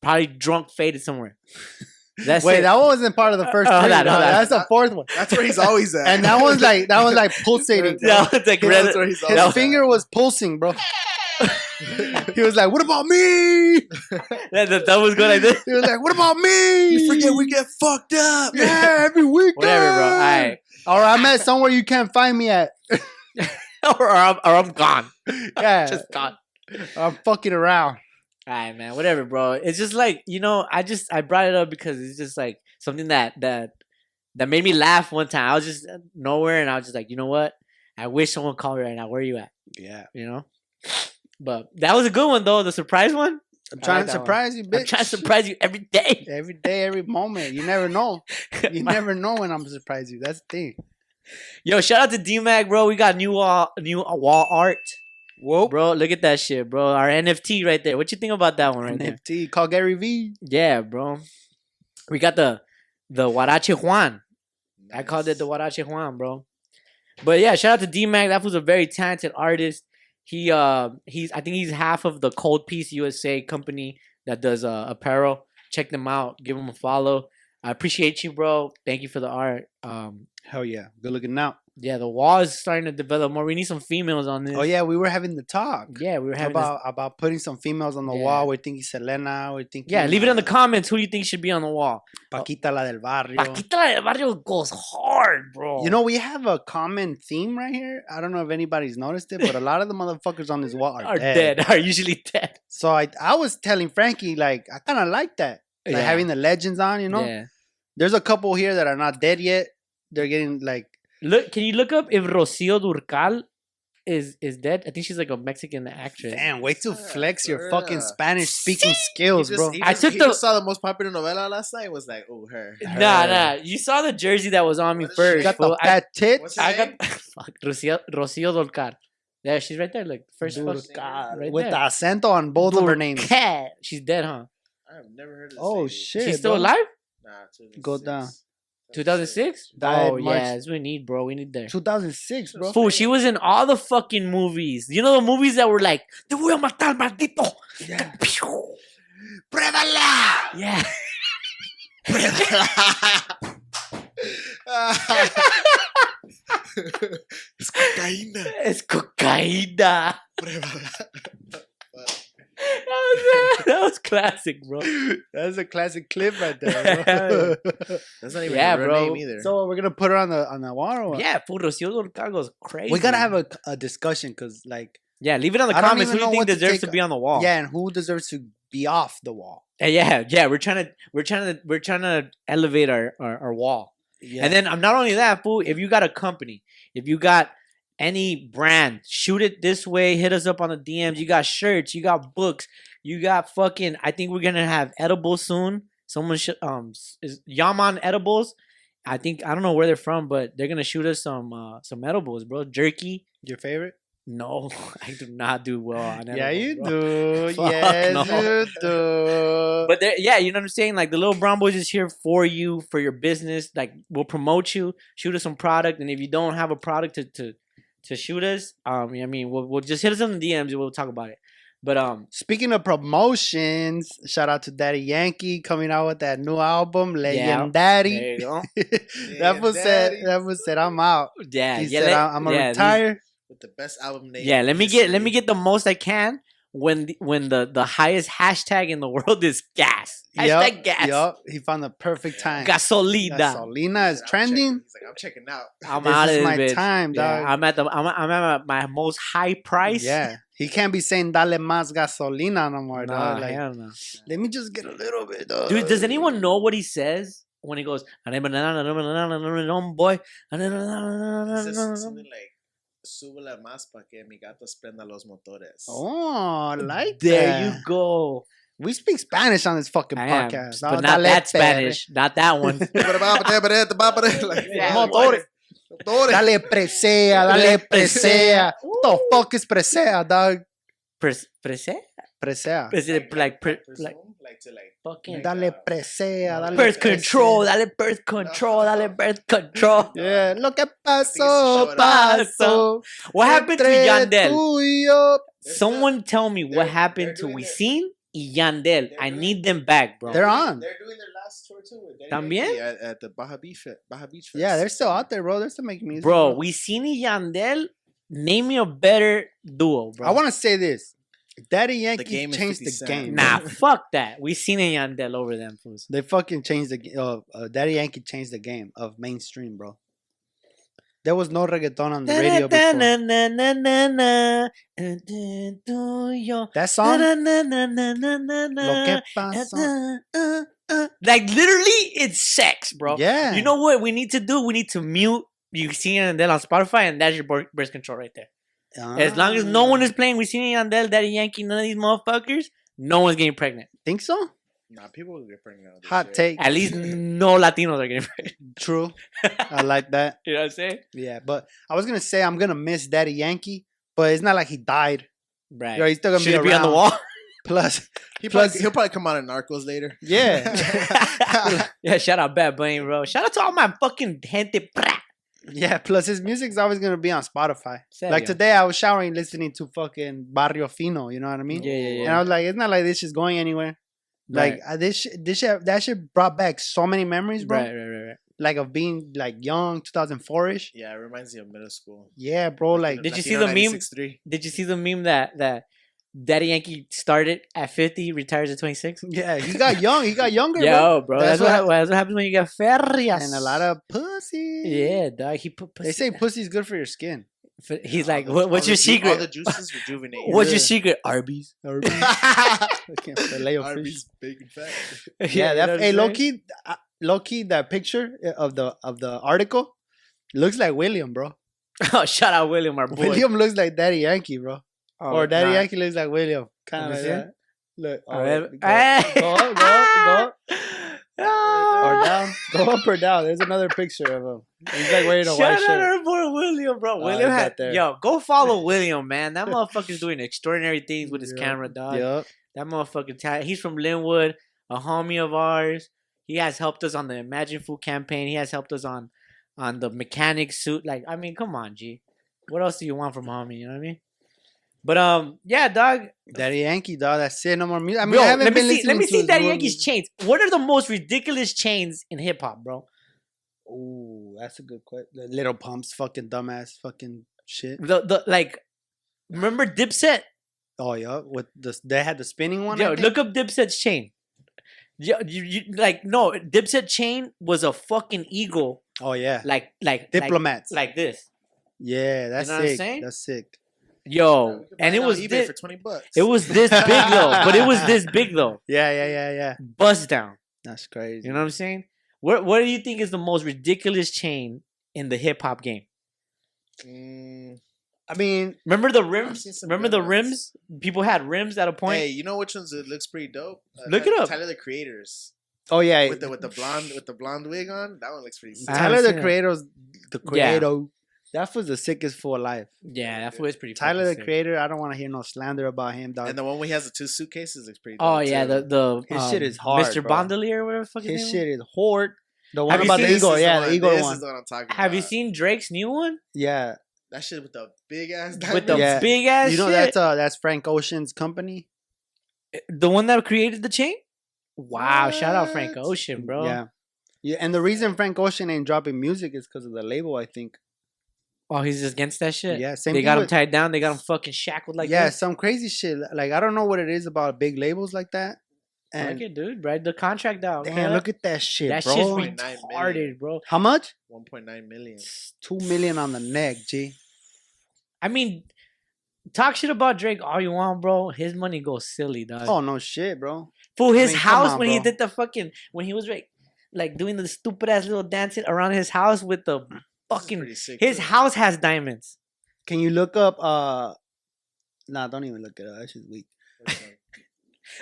probably drunk faded somewhere. That's Wait, it. that one wasn't part of the first Oh, three. that- no, oh, that- that's the fourth one. That's where he's always at. And that one's like that one's like pulsating. yeah, it's like Yeah, red- That's where he's His always at. finger was pulsing, bro. he was like, "What about me?" He that, that, that was good like this. was like, "What about me?" You forget we get fucked up. yeah, every weekend. Whatever, bro. All right. Or I'm at somewhere you can't find me at. or, I'm, or I'm gone. Yeah, Just gone. I'm fucking around. All right, man. Whatever, bro. It's just like you know. I just I brought it up because it's just like something that that that made me laugh one time. I was just uh, nowhere, and I was just like, you know what? I wish someone called me right now. Where you at? Yeah, You know. But that was a good one though. The surprise one. I'm I trying like to that one. surprise you, bitch. I'm trying to surprise you every day. every day, every moment. You never know. You My- never know when I'm gonna surprise you. That's the thing. Yo, shout out to D Mag, bro. We got new wall, new uh, wall art, Whoa, bro. Look at that shit, bro. Our NFT right there. What you think about that one right there? NFT. Call Gary V. Yeah, bro. We got the the Huarache Juan. I called it the Huarache Juan, bro. But yeah, shout out to D Mac. That was a very talented artist. He uh he's I think he's half of the Cold Piece USA company that does uh, apparel. Check them out. Give them a follow. I appreciate you, bro. Thank you for the art. Um Hell yeah, good looking out. yeah, the wall is starting to develop more. We need some females on this. Oh yeah, we were having the talk Yeah, we were having this- about about putting some females on the Yeah. wall. We're thinking Selena. We're thinking Yeah, leave it in the uh, comments. Who do you think should be on the wall? Paquita la del barrio. Paquita del Barrio goes hard, bro. You know we have a common theme right here. I don't know if anybody's noticed it, but a lot of the motherfuckers on this wall are, are dead. Are usually dead. So I I was telling Frankie like I kind of like that, like Yeah. having the legends on. You know, Yeah. there's a couple here that are not dead yet. They're getting like Look, can you look up if Rocio Durcal is is dead. I think she's like a Mexican actress. Damn, way to Yeah, flex your for fucking real. Spanish speaking He skills, just- bro. he I just- took he the- just saw the most popular novela last night. Was like, oh, her. Nah, nah. You saw the jersey that was on me What is she? first. You got fool. the fat What's tits. her I, I name? got fuck Rocio, Rocio Dolcar. Yeah, she's right there. Like first Dude, fucking- God, right with there. the accent on both of her names. Cat. She's dead, huh? I have never heard of this. Oh lady. shit! she's still bro. alive. Nah, 2006. Go down. 2006. Died oh March- yes, we need, bro. We need there. 2006, bro. Fool, she was in all the fucking movies. You know the movies that were like, "Te voy a matar, maldito." Yeah. Pew. Pruébala. Yeah. es cocaína. It's cocaína. Pruébala. That was, that was classic, bro. That's a classic clip right there. Bro. That's not even Yeah, yeah, her bro. name either. so we're gonna put her on the on the wall. Or what? Yeah, fool, Rocio Dolcar goes crazy. we gotta have a, a discussion because like Yeah, leave it on the I don't comments. Who even do know you think what to deserves take- to be on the wall? yeah, and who deserves to be off the wall? Uh, yeah, yeah. We're trying to, we're trying to, we're trying to elevate our our, our wall. Yeah. And then I'm not only that, fool. If you got a company, if you got any brand, shoot it this way. Hit us up on the DMs. You got shirts. You got books. You got fucking. I think we're gonna have edibles soon. Someone should um s- is Yaman Edibles. I think I don't know where they're from, but they're gonna shoot us some uh, some edibles, bro. Jerky. your favorite? No, I do not do well on edibles. yeah, you bro. do. Fuck yes, no. you do. But they're- yeah, you know what I'm saying. Like the little brown boys is here for you for your business. Like we'll promote you, shoot us some product, and if you don't have a product to to, to shoot us, um, I mean, we'll, we'll just hit us on the DMs. and We'll talk about it. But um, Speaking of promotions, shout out to Daddy Yankee coming out with that new album, Yeah. Legendary. there you go. that was said. Legendary. That was said. I'm out. Yeah, He yeah, said, let- "I'm I'm gonna yeah, these- retire." With the best album name. Yeah, in let me get let me history. get the most I can when the, when the the highest hashtag in the world is gas. Hashtag Yup, gas. yup. He found the perfect Yeah. time. Gasolina. Gasolina is I'm trending. Checking. He's like, I'm checking out. I'm this out of is this my bitch. time, Yeah, dog. I'm at the I'm, I'm at my, my most high price. Yeah, he can't be saying "dale más gasolina" no more, Nah, dog. Like, hell no. let me just get a little bit, dog. Dude, does anyone know what he says when he goes, boy? He says something like, súbela más para que mi gato prenda los motores. Oh, I like There you that. go. We speak Spanish on this fucking I am, podcast, but dog. not Dale, that perre. Spanish. Not that one. like, Yeah. Motores. motores. Dale presea, dale presea. What the fuck is presea, dog? Pres- prese? Presea. Is it like, pre- presume, like like to like fucking Dale presea, dale birth control? presea. Dale birth control. Dale birth control. Yeah, lo que show pasó, it pasó. What happened to entre Yandel? tú y yo. They're still- Someone tell me what they're- happened to they're doing it. Wisin y Yandel. They're I doing it. need them back, bro. They're on. They're doing their last tour too. with Daddy También? Yankee At, at the Baja Beach, Fe- Baja Beach Fest. Yeah, they're still out there, bro. They're still making music. Bro, Wisin y Yandel, name me a better duo, bro. I want to say this. Daddy Yankee game is changed 50 the Cent. game. Nah, fuck that. We seen a Yandel over them fools. They fucking changed the game. Uh, uh, Daddy Yankee changed the game of mainstream, bro. There was no reggaeton on the radio before. Like That song, Lo que pasó. literally it's sex, bro. Yeah. You know what we need to do? We need to mute you seen Yandel on Spotify and that's your birth birth control right there. As long as no one Ah. is playing we seen Yandel, Daddy Yankee, none of these motherfuckers, no one's getting pregnant. Ah. think so. Nah, people will get pregnant. out of Hot this shit. take. At least no Latinos are getting pregnant. True. I like that. You know what I'm saying? Yeah, but I was gonna say I'm gonna miss Daddy Yankee, but it's not like he died. Right. You know, he's still gonna Should be, it be on the around. wall? Plus, He Plus- probably, he'll probably come out in Narcos later. yeah, yeah, shout out Bad Bunny, bro. Shout out to all my fucking gente. pra. yeah. Plus, his music's always gonna be on Spotify. Serio. Like today, I was showering listening to fucking Barrio Fino. You know what I mean? Yeah, yeah, And I yeah. was like, it's not like this is going anywhere. Like Right. uh, this, shit, this shit, that shit brought back so many memories, bro. right, right, right, right. Like of being like young, 2004 ish. yeah, it reminds me of middle school. Yeah, bro. Like Did you see Latino the meme? 96.3. Did you see the meme that that Daddy Yankee started at 50, retires at 26? yeah, he got young. He got younger, bro. Yo, bro, that's, That's what, what hap- that's what happens when you get ferias. And a lot of pussy. oh. yeah, dog. He put They pussy say down. pussy's good for your skin. F- He's All like, the- what, all what's the your ju- All secret? the juices rejuvenate. you. What's your Yeah. secret? Arby's. Fucking fillet of fish. Arby's big and fat. Yeah, you know what that hey I'm saying? Loki, uh, Loki. That picture uh, of the of the article looks like William, bro. oh, shout out William, our boy. William looks like Daddy Yankee, bro. Oh, or Daddy nah. Yankee looks like William. Kind Let of me like see. that. Look. A oh, ver- eh. go- Hey! go up, go up, Or Ah! down. Go up or down. There's another picture of him. He's like wearing a Shout white out shirt. our boy William, bro. Oh, William he's had out there. yo, go follow William, man. That motherfucker's doing extraordinary things with his Yeah. camera, dog. Yup. That motherfucker, ta- he's from Linwood, a homie of ours. He has helped us on the Imagine Food campaign. He has helped us on, on the mechanic suit. Like, I mean, come on, G. What else do you want from homie? You know what I mean? But um, yeah, dog. Daddy Yankee, dog. That's it. No more music. I mean, Bro, I haven't let me been see. Let listening me to see his Daddy new Yankee's music. chains. What are the most ridiculous chains in hip hop, bro? Ooh, that's a good question. Little Pump's fucking dumbass fucking shit. The the like, remember Dipset? Oh yeah, with the they had the spinning one. I Yo, think? look up Dipset's chain. Yo, you, you like no Dipset chain was a fucking eagle, Oh yeah, like like like- diplomats. like this. yeah, that's know what I'm sick. saying? That's sick. Yeah, we Yo, could buy Oh, and it on was eBay this, for twenty bucks. it was this big though, but it was this big though. Yeah, yeah, yeah, yeah. Bust down. That's crazy. You know what I'm saying? What What do you think is the most ridiculous chain in the hip hop game? Mm, I mean, Remember the I've rims? seen some Remember good the ones. rims? People had rims at a point. Hey, you know which ones? It looks pretty dope. Uh, Look it Ty- up. Tyler the Creators oh yeah, with the with the blonde with the blonde wig on. That one looks pretty. I Sick. haven't Tyler seen the it. Creator's the Yeah. Creator. That was the sickest for alive. yeah, that was pretty. Tyler fucking the sick. Creator. I don't want to hear no slander about him, dog. And the one where he has the two suitcases looks pretty. Oh dope, yeah, too. the the His shit um, is hard, Mr. bro. Bondelier, whatever the fuck his, name. His was? shit is hard. The one you about seen- the This eagle, is yeah, the one- eagle this one. is what I'm talking Have you about. seen Drake's new one yeah, that shit with the big ass with the Yeah. big ass? you know shit? that's uh that's Frank Ocean's company. the one that created the chain. Wow! Shout out Frank What? Ocean, bro. Yeah, yeah. And the reason Frank Ocean ain't dropping music is because of the label, I think. Oh, he's against that shit. Yeah, same. they thing got him with- tied down. They got him fucking shackled like yeah, this. some crazy shit. Like I don't know what it is about big labels like that. And Look it, dude. Right, the contract out. damn, look at that shit, that bro. shit's 1.9 million. retarded, bro. How much? 1.9 million. Two million on the neck, G. I mean, talk shit about Drake all you want, bro. His money goes silly, dog. Oh no, shit, bro. Fool, his mean, come house on, when he bro. did the fucking when he was like, like doing the stupid ass little dancing around his house with the This is fucking. pretty sick, His too. house has diamonds. Can you look up? uh Nah, don't even look it up. That shit's weak. uh,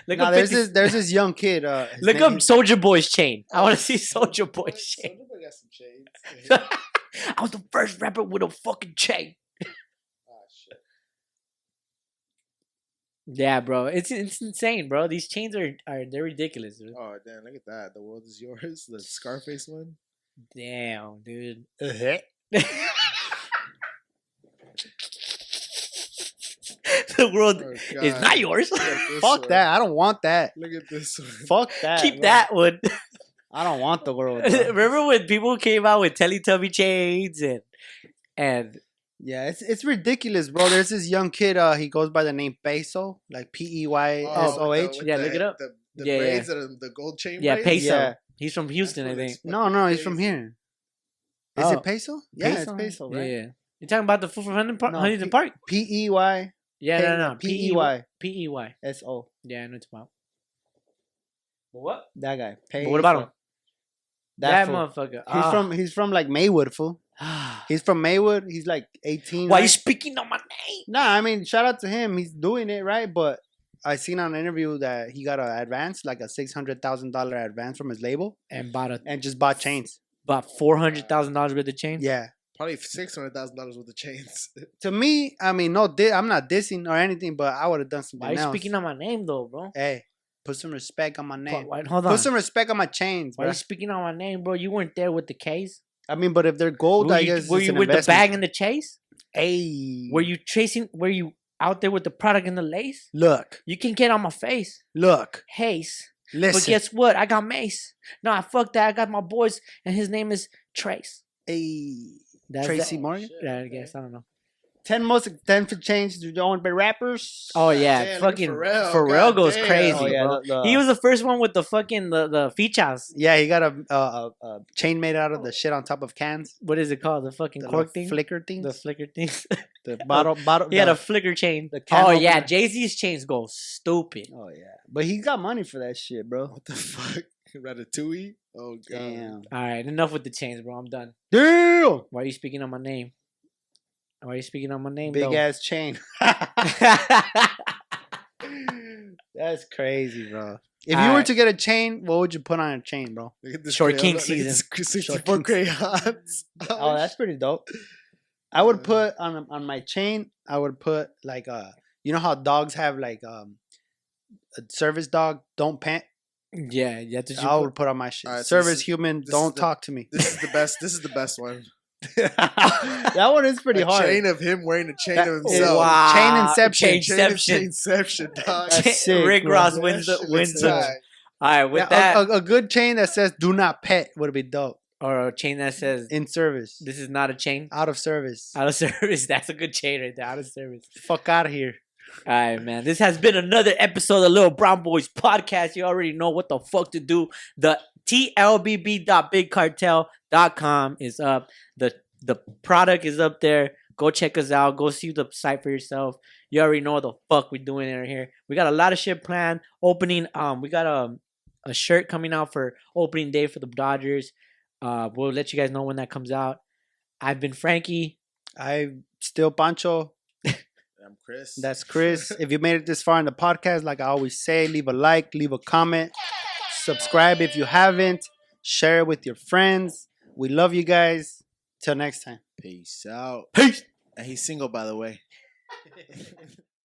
Look Nah, up, there's 50, this there's this young kid. Uh, his look name- up Soldier Boy's chain. I want to see Soldier Boy's chain. Soulja Boy got some shades. I was the first rapper with a fucking chain. Ah, shit. Yeah, bro, it's it's insane, bro. These chains are are they're ridiculous. Dude. Oh damn! Look at that. The world is yours. The Scarface one. Damn, dude. Uh-huh. the world Oh, is God. not yours. Look at this Fuck one. that. I don't want that. Look at this one. Fuck that. Keep bro. that one. I don't want the world. bro. Remember when people came out with Teletubby chains and and Yeah, it's it's ridiculous, bro. There's this young kid. Uh, he goes by the name Peso, like P E Y S with O the- H. Oh with Yeah, the- look it up. The, the Yeah, yeah. braids that are the gold chain. yeah, braids? Peso. Yeah. He's from Houston, I That's what think. it's No, fucking no, he's from crazy. here. Is Oh. it Peso? Yeah, it's Peso, right? Yeah. You talking about the fool from Huntington Park? No, Huntington P- Park? P E Y Yeah, Pe- no, no. P E Y P E Y. S O. Yeah, I know it's about. What? That guy. But what about Peso. him? That, That, ah. fool. motherfucker. Ah. He's from he's from like Maywood, fool. He's from Maywood. He's like 18. Why right? you speaking on my name? Nah, I mean, shout out to him. He's doing it right, but I seen on an interview that he got an advance, like a six hundred thousand dollar advance from his label, And bought a, and just bought chains. about four hundred thousand dollars worth of chains. Yeah. Probably six hundred thousand dollars worth of chains. to me, I mean, no, di- I'm not dissing or anything, but I would have done something Why you else. speaking on my name though, bro? hey, put some respect on my Pa- name. why- hold on. Put some respect on my chains, Why bro. you speaking on my name, bro? You weren't there with the case. I mean, but if they're gold, were I you, guess were it's you an with the investment. Mm. bag and the chase? Hey, Were you chasing? Were you out there with the product and the lace? look, You can get on my face, look, Haze. But listen. guess what? I got Mace. No, I fuck that. I got my boys, and his name is Trace. hey, That's Tracy that. Morgan. Yeah, I guess I don't know. Ten most ten for chains to owned by rappers. Oh yeah, Damn, look at fucking Pharrell, Pharrell, goes goddamn. crazy. Oh, yeah, bro. the- the- He was the first one with the fucking the the features. yeah, he got a, a, a, a chain made out of the shit on top of cans, What is it called? The fucking the cork little thing, flicker Oh, thing, the the, flicker thing. bottle, bottle. he had the- a flicker chain. the can Oh yeah, opener. Jay Z's chains go stupid. oh yeah, but he got money for that shit, bro. What the fuck? Ratatouille? E? Oh god. Damn. All right, enough with the chains, bro. I'm done. Damn. Why are you speaking on my name? Why are you speaking on my name? Big though? ass chain. That's crazy, bro. If you were Alright. to get a chain, what would you put on a chain, bro? Look at this Short crayon- King look at season. this cr- Short 64 crayons. Oh, that's pretty dope. I would Uh, put on on my chain. I would put like uh, you know how dogs have like um, a service dog don't pant. yeah, yeah. Did you I put- would put on my shit. Alright, so this service is- human this is don't the- talk to me. This is the best. This is the best one. that one is pretty a hard. chain of him wearing a chain That- Oh, of himself. wow. chain Chain inception. of Chainception. Chainception, dog. That's sick, Rick bro. Ross That wins the shit wins is the. tight. All right, with Yeah, oh, a- that a, a good chain that says "Do not pet" would be dope. or a chain that says In service, this is not a chain out of service, out of service. That's a good chain right there, out of service. fuck out of here. All right, man. This has been another episode of Little Brown Boys Podcast. You already know what the fuck to do. The tlbb.bigcartel.com is up. The the product is up there. Go check us out. Go see the site for yourself. You already know what the fuck we're doing in here. We got a lot of shit planned. Opening, um, we got a a shirt coming out for opening day for the Dodgers. Uh, we'll let you guys know when that comes out. I've been Frankie. I still Pancho. I'm Chris. That's Chris. if you made it this far in the podcast, like I always say, leave a like, leave a comment, subscribe if you haven't, share it with your friends. We love you guys. Till next time. Peace out. Peace. And he's single, by the way.